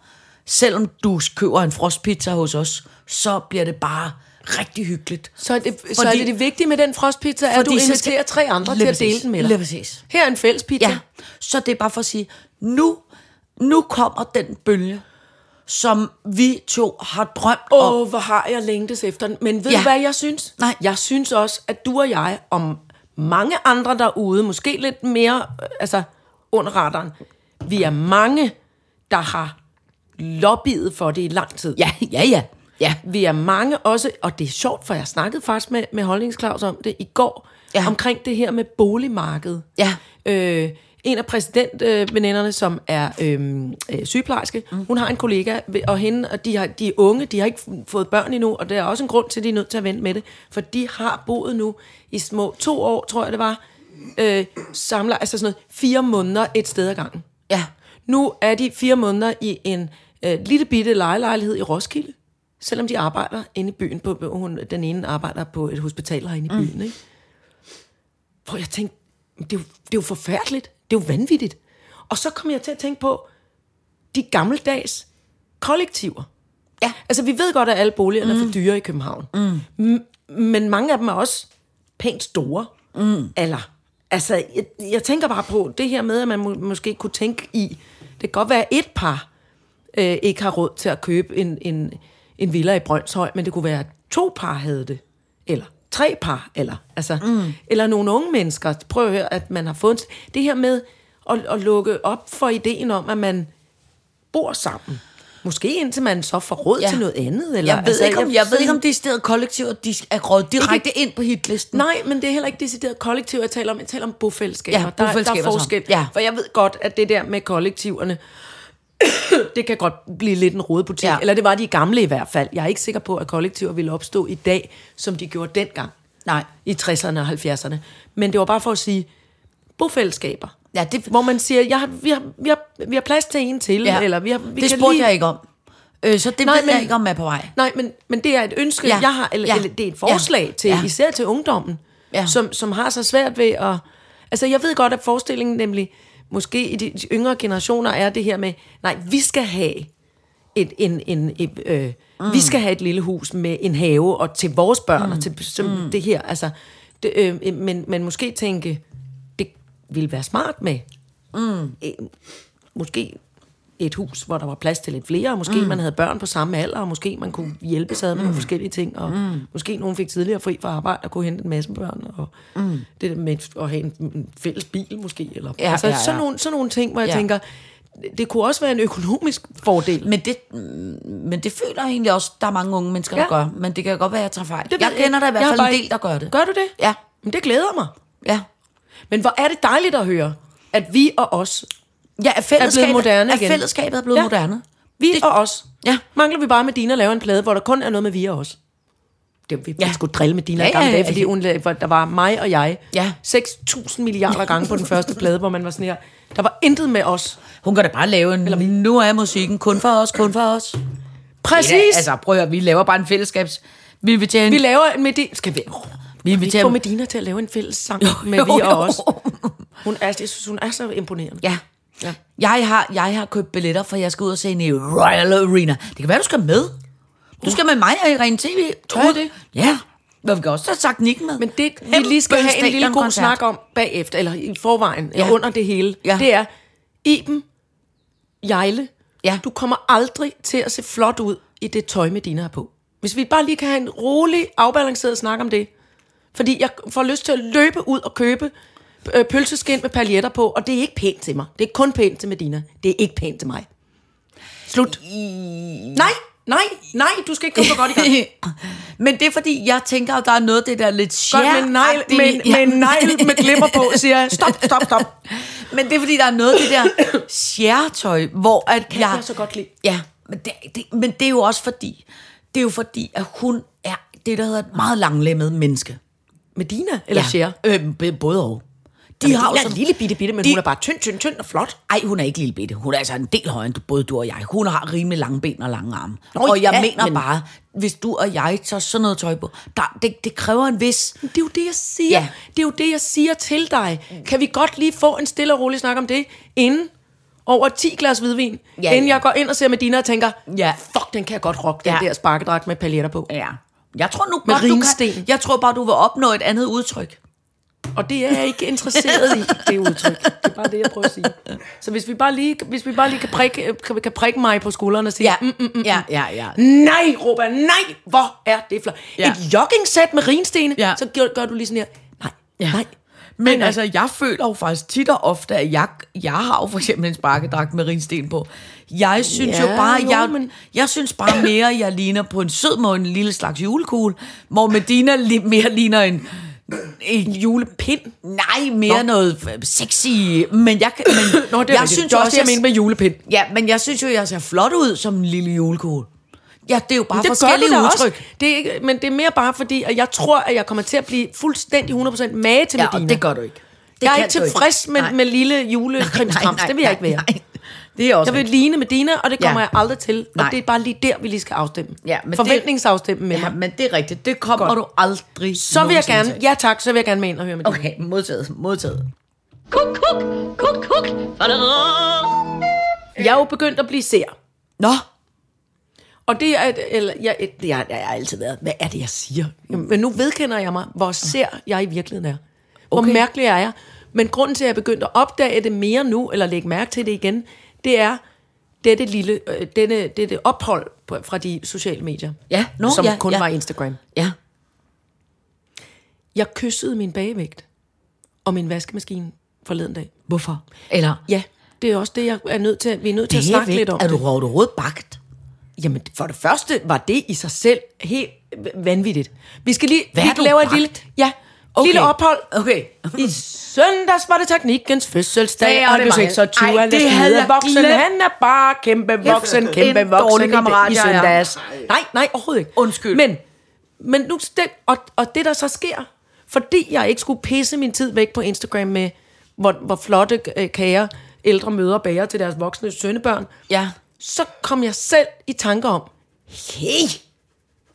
Speaker 3: selvom du køber en frostpizza hos os, så bliver det bare rigtig hyggeligt.
Speaker 4: Så er, det, så er det det vigtige med den frostpizza, at du
Speaker 3: Fordi så
Speaker 4: inviterer
Speaker 3: skal-
Speaker 4: skal... tre andre
Speaker 3: Lige
Speaker 4: til at
Speaker 3: præcis.
Speaker 4: dele den med dig.
Speaker 3: Lige præcis.
Speaker 4: Her er en fælles pizza.
Speaker 3: Ja, så det er bare for at sige, nu, nu kommer den bølge, som vi to har drømt om.
Speaker 4: Åh, oh, hvor har jeg længtes efter den. Men ved ja.
Speaker 3: Ja.
Speaker 4: du, hvad jeg synes?
Speaker 3: Nej.
Speaker 4: Jeg synes også, at du og jeg, om mange andre derude, måske lidt mere øh, altså, under radaren, vi er mange, der har lobbyet for det i lang tid.
Speaker 3: Ja, ja, ja. ja.
Speaker 4: Vi er mange også, og det er sjovt, for jeg snakkede faktisk med, med Holdningsklaus om det i går,
Speaker 3: Ja.
Speaker 4: ja. omkring det her med boligmarkedet.
Speaker 3: Ja.
Speaker 4: Øh, en af præsidentveninderne, som er øhm, øh, sygeplejerske, mm. hun har en kollega, og hende, og de, har, de er unge, de har ikke f- fået børn endnu, og der er også en grund til, at de er nødt til at vente med det, for de har boet nu i små to år, tror jeg det var, øh, samler altså sådan noget, fire måneder et sted ad gangen.
Speaker 3: Ja.
Speaker 4: Nu er de fire måneder i en øh, lille bitte lejelejlighed i Roskilde, selvom de arbejder inde i byen. På, hun, den ene arbejder på et hospital herinde i byen. Ikke? Hvor jeg tænkte, det er, jo, det er jo forfærdeligt. Det er jo vanvittigt. Og så kom jeg til at tænke på de gammeldags kollektiver.
Speaker 3: Ja.
Speaker 4: Altså, vi ved godt, at alle boligerne mm. er for dyre i København. Mm. M- men mange af dem er også pænt store. Mm. Eller, altså, jeg, jeg tænker bare på det her med, at man må, måske kunne tænke i, det kan godt være et par øh, ikke har råd til at købe en, en, en villa i Brøndshøj, men det kunne være, at to par havde det. Eller tre par, eller, altså, mm. eller nogle unge mennesker. Prøv at høre, at man har fundet det her med at, at lukke op for ideen om, at man bor sammen. Måske indtil man så får råd
Speaker 3: Ja.
Speaker 4: ja. til noget andet. Eller, altså,
Speaker 3: Jeg ved, ikke, om, jeg ved
Speaker 4: sådan-
Speaker 3: ikke, om det er stedet kollektiv, at de er råd direkte ind på hitlisten.
Speaker 4: Nej, men det er heller ikke decideret kollektiv, jeg taler om. Jeg taler om bofællesskaber.
Speaker 3: Ja,
Speaker 4: der, der
Speaker 3: bofællesskaber
Speaker 4: er forskel.
Speaker 3: sammen. Ja.
Speaker 4: For jeg ved godt, at det der med kollektiverne, <coughs> det kan godt blive lidt en rodebutik.
Speaker 3: Ja.
Speaker 4: Ja. Eller det var de gamle i hvert fald. Jeg er ikke sikker på, at kollektiver ville opstå i dag, som de gjorde dengang.
Speaker 3: Nej.
Speaker 4: I 60'erne og 70'erne. Men det var bare for at sige, bofællesskaber.
Speaker 3: Ja, det-
Speaker 4: Hvor man siger, jeg, har- vi, har, vi, har, vi har plads til en til. Ja. Eller vi har, vi
Speaker 3: det
Speaker 4: kan
Speaker 3: spurgte
Speaker 4: lige...
Speaker 3: jeg ikke om. Øh, så det Nej,
Speaker 4: Nej,
Speaker 3: ved men, jeg
Speaker 4: men-
Speaker 3: ikke, om jeg er på vej.
Speaker 4: Nej, men, men det er et ønske,
Speaker 3: Ja.
Speaker 4: ja. jeg har, eller,
Speaker 3: Ja.
Speaker 4: ja. eller det er et forslag
Speaker 3: Ja.
Speaker 4: ja. til,
Speaker 3: Ja.
Speaker 4: ja. især til ungdommen,
Speaker 3: Ja.
Speaker 4: ja. som, som har så svært ved at... Altså, jeg ved godt, at forestillingen nemlig, måske i de, de yngre generationer, er det her med, nej, vi skal have et, en, en, et, øh, mm.
Speaker 3: Ah.
Speaker 4: vi skal have et lille hus med en have, og til vores børn, mm. og til som mm. det her, altså, det, øh, men, men måske tænke, det, ville være smart med. Mm. Øh, måske et hus, hvor der var plads til lidt flere, og måske mm. man havde børn på samme alder, og måske man kunne
Speaker 3: Mm.
Speaker 4: hjælpe sig med nogle forskellige ting, og mm. måske nogen fik tidligere fri fra arbejde og kunne hente en masse børn, og mm. det der med at have en, en fælles bil måske, eller
Speaker 3: Ja,
Speaker 4: altså,
Speaker 3: ja, ja.
Speaker 4: Sådan, nogle, sådan nogle ting, hvor jeg
Speaker 3: Ja.
Speaker 4: tænker, det kunne også være en økonomisk fordel.
Speaker 3: Men det, mm, men det føler jeg egentlig også, der er mange unge mennesker, der
Speaker 4: Ja.
Speaker 3: gør. Men det kan godt være, at jeg tager fejl.
Speaker 4: Det ved
Speaker 3: jeg kender der i hvert
Speaker 4: har
Speaker 3: fald
Speaker 4: bare
Speaker 3: en del,
Speaker 4: ikke-
Speaker 3: der gør det.
Speaker 4: Gør du det?
Speaker 3: Ja.
Speaker 4: Men det glæder mig.
Speaker 3: Ja.
Speaker 4: Men hvor er det dejligt at høre, at vi og os,
Speaker 3: Ja, at fællesskabet,
Speaker 4: moderne
Speaker 3: at
Speaker 4: igen.
Speaker 3: fællesskabet er blevet
Speaker 4: Ja.
Speaker 3: ja. moderne.
Speaker 4: vi det, og os,
Speaker 3: Ja.
Speaker 4: mangler vi bare med Dina at lave en plade, hvor der kun er noget med vi og os. Det, vi, ja.
Speaker 3: Ja.
Speaker 4: vi skulle drille med
Speaker 3: Ja,
Speaker 4: Dina ja, i gamle
Speaker 3: ja,
Speaker 4: dage,
Speaker 3: ja.
Speaker 4: fordi hun, lavede- hvor der var mig og jeg
Speaker 3: Ja.
Speaker 4: 6.000 milliarder gange på den første plade, hvor man var sådan her. Der var intet med os.
Speaker 3: Hun kan da bare lave en, Eller, nu er musikken kun for os, kun for os.
Speaker 4: Præcis!
Speaker 3: Ja,
Speaker 4: Ja, altså,
Speaker 3: altså, prøv at høre, vi laver bare en fællesskabs... Vi inviterer en...
Speaker 4: vi laver en Medina... Skal vi,
Speaker 3: vi
Speaker 4: vi
Speaker 3: inviterer
Speaker 4: få
Speaker 3: en, <laughs>
Speaker 4: Medina til at lave en fælles sang
Speaker 3: Jo,
Speaker 4: med
Speaker 3: jo,
Speaker 4: vi
Speaker 3: jo.
Speaker 4: og os? Hun er, jeg synes, hun er så imponerende.
Speaker 3: <laughs> ja. ja. Jeg har, jeg har købt billetter, for jeg skal ud og se en i Royal Arena. Det kan være, du skal med. Du skal med mig og Irene TV. Tror
Speaker 4: jeg det?
Speaker 3: Ja. Men vi kan også tage teknik med.
Speaker 4: Men det, vi lige skal have en lille god snak om bagefter, eller i forvejen, ja.
Speaker 3: Ja.
Speaker 4: under det hele, ja.
Speaker 3: Ja.
Speaker 4: det er, Iben, Jejle,
Speaker 3: Ja.
Speaker 4: du kommer aldrig til at se flot ud i det tøj, med dine har på. Hvis vi bare lige kan have en rolig, afbalanceret snak om det. Fordi jeg får lyst til at løbe ud og købe øh, pølseskind med paljetter på, og det er ikke pænt til mig. Det er kun pænt til Medina. Det er ikke pænt til mig. Slut. Nej, nej, nej, du skal ikke komme for godt i <laughs> gang.
Speaker 3: <laughs> men det er fordi, jeg tænker, at der er noget af det der lidt
Speaker 4: Godt
Speaker 3: sjært.
Speaker 4: med negl, med, med negl med glimmer på, siger jeg. Stop, stop, stop.
Speaker 3: Men det er fordi, der er noget af det der sjærtøj, hvor at kan
Speaker 4: jeg så godt lide.
Speaker 3: Ja, men det, det, men det er jo også fordi, det er jo fordi, at hun er det, der hedder et meget langlemmet menneske.
Speaker 4: <laughs> Medina eller ja. Cher?
Speaker 3: Øh, b- både og. De
Speaker 4: Jamen,
Speaker 3: har
Speaker 4: Dina
Speaker 3: jo
Speaker 4: er
Speaker 3: sådan-
Speaker 4: lille bitte bitte, men
Speaker 3: de-
Speaker 4: hun er bare tynd, tynd, tynd og flot.
Speaker 3: Ej, hun er ikke lille bitte. Hun er altså en del højere end du- både du og jeg. Hun har rimelig lange ben og lange arme.
Speaker 4: Nå,
Speaker 3: og jeg
Speaker 4: ja,
Speaker 3: mener
Speaker 4: men-
Speaker 3: bare, hvis du og jeg tager sådan noget tøj på, der, det, det kræver en vis...
Speaker 4: Det er jo det, jeg siger. Ja.
Speaker 3: Ja.
Speaker 4: Det er jo det, jeg siger til dig. Kan vi godt lige få en stille og rolig snak om det, inden over 10 glas hvidvin, ja,
Speaker 3: Ja,
Speaker 4: inden
Speaker 3: ja.
Speaker 4: jeg går ind og ser Medina og tænker, ja.
Speaker 3: Ja.
Speaker 4: fuck, den kan jeg godt rocke, den
Speaker 3: Ja.
Speaker 4: der sparkedragt med paljetter på.
Speaker 3: Ja. Jeg tror nu
Speaker 4: Med
Speaker 3: godt, du
Speaker 4: rimsten.
Speaker 3: kan, Jeg tror bare, du vil opnå et andet udtryk.
Speaker 4: Og det er jeg ikke interesseret i, det udtryk. Det er bare det, jeg prøver at sige. Så hvis vi bare lige, hvis vi bare lige kan, prikke, kan, kan prikke mig på skulderen og sige, ja. mm, mm, mm,
Speaker 3: ja, ja, ja.
Speaker 4: Nej, Robert, nej, hvor er det flot. Ja.
Speaker 3: Ja.
Speaker 4: Et joggingsæt med rinstene, ja.
Speaker 3: Ja.
Speaker 4: så gør, gør du lige sådan her, nej, ja.
Speaker 3: Ja.
Speaker 4: nej.
Speaker 3: Men
Speaker 4: Nej, nej.
Speaker 3: altså, jeg føler jo faktisk tit og ofte, at jeg, jeg har jo for eksempel en sparkedragt med rinsten på. Jeg synes
Speaker 4: Ja,
Speaker 3: ja, jo bare,
Speaker 4: jo,
Speaker 3: jeg,
Speaker 4: men-
Speaker 3: jeg synes bare mere, jeg ligner på en sød måde en lille slags julekugle, hvor Medina li- mere ligner en, en julepind. Nej, mere Nå.
Speaker 4: Nå.
Speaker 3: noget øh, sexy, men jeg, kan- men,
Speaker 4: <clears throat> Nå, det er
Speaker 3: jeg
Speaker 4: rigtigt.
Speaker 3: synes
Speaker 4: det
Speaker 3: jo
Speaker 4: er også, det, jeg
Speaker 3: jeg,
Speaker 4: mente med julepind.
Speaker 3: ja, men jeg synes jo, jeg ser flot ud som en lille julekugle. Ja, det er jo bare
Speaker 4: Det gør
Speaker 3: forskellige
Speaker 4: du da
Speaker 3: udtryk.
Speaker 4: også. Det er ikke, men det er mere bare fordi, at jeg tror, at jeg kommer til at blive fuldstændig 100% mage til
Speaker 3: Ja,
Speaker 4: Medina.
Speaker 3: og det gør du ikke. Det
Speaker 4: jeg er
Speaker 3: kan
Speaker 4: ikke
Speaker 3: du
Speaker 4: tilfreds med,
Speaker 3: Nej.
Speaker 4: med lille julekrimskrams. Det vil jeg ikke være.
Speaker 3: Nej, det er også
Speaker 4: Jeg vil ligne med Dina, og det kommer
Speaker 3: Ja.
Speaker 4: jeg aldrig til. Og
Speaker 3: Nej.
Speaker 4: det er bare lige der, vi lige skal afstemme.
Speaker 3: Ja, men det-
Speaker 4: Forventningsafstemme med
Speaker 3: Ja,
Speaker 4: mig.
Speaker 3: men det er rigtigt. Det kommer
Speaker 4: Godt.
Speaker 3: Godt. du aldrig
Speaker 4: Så vil jeg
Speaker 3: nogensinde
Speaker 4: gerne, ja tak, så vil jeg gerne med ind og høre med
Speaker 3: til.
Speaker 4: Dina.
Speaker 3: Okay, modtaget, modtaget.
Speaker 2: Kuk, kuk, kuk, kuk.
Speaker 4: Jeg er jo begyndt at blive ser.
Speaker 3: Nå,
Speaker 4: Og det er, eller, jeg, jeg, jeg, jeg har altid været, hvad er det, jeg siger? Jamen, men nu vedkender jeg mig, hvor ser jeg i virkeligheden er. Hvor okay.
Speaker 3: Okay.
Speaker 4: mærkelig er jeg? Men grunden til, at jeg er begyndt at opdage det mere nu, eller lægge mærke til det igen, det er dette lille, øh, denne, dette ophold på, fra de sociale medier,
Speaker 3: ja, nå,
Speaker 4: som
Speaker 3: ja,
Speaker 4: kun
Speaker 3: ja.
Speaker 4: var Instagram.
Speaker 3: Ja.
Speaker 4: Jeg kyssede min bagevægt og min vaskemaskine forleden dag.
Speaker 3: Hvorfor? Eller,
Speaker 4: Ja, det er også det, jeg er nødt til, vi er nødt til at
Speaker 3: det er
Speaker 4: snakke
Speaker 3: væk.
Speaker 4: lidt om.
Speaker 3: Er du
Speaker 4: det.
Speaker 3: overhovedet bagt?
Speaker 4: Jamen, for det første var det i sig selv helt vanvittigt. Vi skal lige,
Speaker 3: Hvad
Speaker 4: vi
Speaker 3: er du
Speaker 4: laver et
Speaker 3: bagt?
Speaker 4: lille, ja, okay. lille ophold.
Speaker 3: <laughs> Okay.
Speaker 4: I søndags var det teknikkens fødselsdag,
Speaker 3: Ja,
Speaker 4: og
Speaker 3: og det
Speaker 4: blev
Speaker 3: var jeg.
Speaker 4: 26
Speaker 3: Ej,
Speaker 4: han
Speaker 3: det
Speaker 4: er
Speaker 3: havde
Speaker 4: skide
Speaker 3: jeg
Speaker 4: voksen.
Speaker 3: glemt.
Speaker 4: Han er bare kæmpe voksen,
Speaker 3: en
Speaker 4: kæmpe voksen
Speaker 3: dårlig
Speaker 4: i-
Speaker 3: kammerat,
Speaker 4: i
Speaker 3: jeg er.
Speaker 4: søndags. Nej, nej, overhovedet ikke.
Speaker 3: Undskyld.
Speaker 4: Men, men nu, det, og, og det der så sker, fordi jeg ikke skulle pisse min tid væk på Instagram med, hvor, hvor flotte øh, kager ældre møder bager til deres voksne sønnebørn,
Speaker 3: Ja.
Speaker 4: så kom jeg selv i tanke om, hey,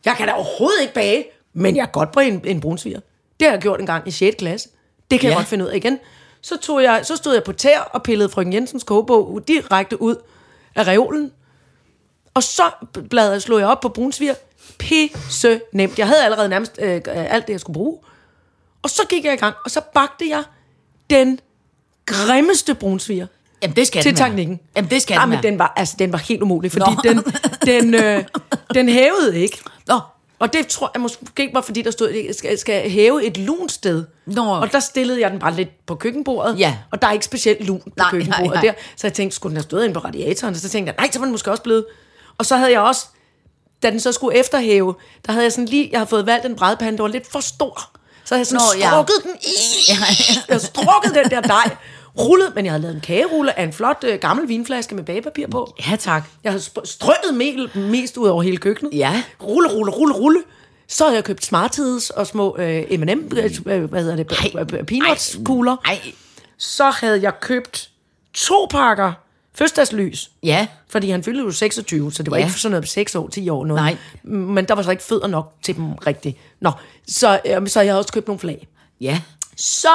Speaker 4: jeg kan da overhovedet ikke bage, men jeg kan godt bage en, en brunsviger. Det har jeg gjort en gang i 6. klasse. Det kan ja. jeg
Speaker 3: Ja.
Speaker 4: godt finde ud af igen. Så, tog jeg, så stod jeg på tær og pillede frøken Jensens kogebog direkte ud af reolen. Og så bladrede, slog jeg op på brunsviger. Pisse nemt. Jeg havde allerede nærmest øh, alt det, jeg skulle bruge. Og så gik jeg i gang, og så bagte jeg den grimmeste brunsviger.
Speaker 3: Jamen, det skal
Speaker 4: Til
Speaker 3: den være.
Speaker 4: teknikken.
Speaker 3: Jamen, det skal
Speaker 4: Nej,
Speaker 3: den
Speaker 4: men
Speaker 3: være.
Speaker 4: den var, altså, den var helt umulig, fordi
Speaker 3: Nå.
Speaker 4: den, den, øh, den hævede ikke.
Speaker 3: Nå,
Speaker 4: Og det tror jeg måske var, fordi der stod, at jeg skal, skal hæve et lunt sted.
Speaker 3: Nå.
Speaker 4: Og der stillede jeg den bare lidt på køkkenbordet.
Speaker 3: Ja.
Speaker 4: Og der er ikke specielt lunt på
Speaker 3: Nej, nej,
Speaker 4: køkkenbordet
Speaker 3: nej.
Speaker 4: der. Så jeg tænkte, skulle den have stået inde på radiatoren? Og så tænkte jeg, nej, så var den måske også blevet. Og så havde jeg også, da den så skulle efterhæve, der havde jeg sådan lige, jeg havde fået valgt en brædpande, der var lidt for stor. Så havde jeg sådan
Speaker 3: Nå, ja.
Speaker 4: Nå, strukket ja. den i. Jeg havde strukket den der dej. Rullet, men jeg havde lavet en kagerulle af en flot øh, gammel vinflaske med bagepapir på.
Speaker 3: ja tak.
Speaker 4: Jeg havde sp- strøget mel mest ud over hele køkkenet.
Speaker 3: Ja.
Speaker 4: Rulle, rulle, rulle, rulle. Så havde jeg købt Smarties og små øh, M&M, øh, hvad hedder det,
Speaker 3: Ej.
Speaker 4: p- p- peanutskugler.
Speaker 3: Ej,
Speaker 4: Så havde jeg købt to pakker fødselsdagslys.
Speaker 3: ja.
Speaker 4: Fordi han fyldte jo 26, så det var
Speaker 3: Ja.
Speaker 4: ikke sådan noget på 6 år, 10 år noget.
Speaker 3: Nej.
Speaker 4: Men der var så ikke fødder nok til dem rigtigt. Nå, så, øh, så jeg havde også købt nogle flag.
Speaker 3: Ja.
Speaker 4: Så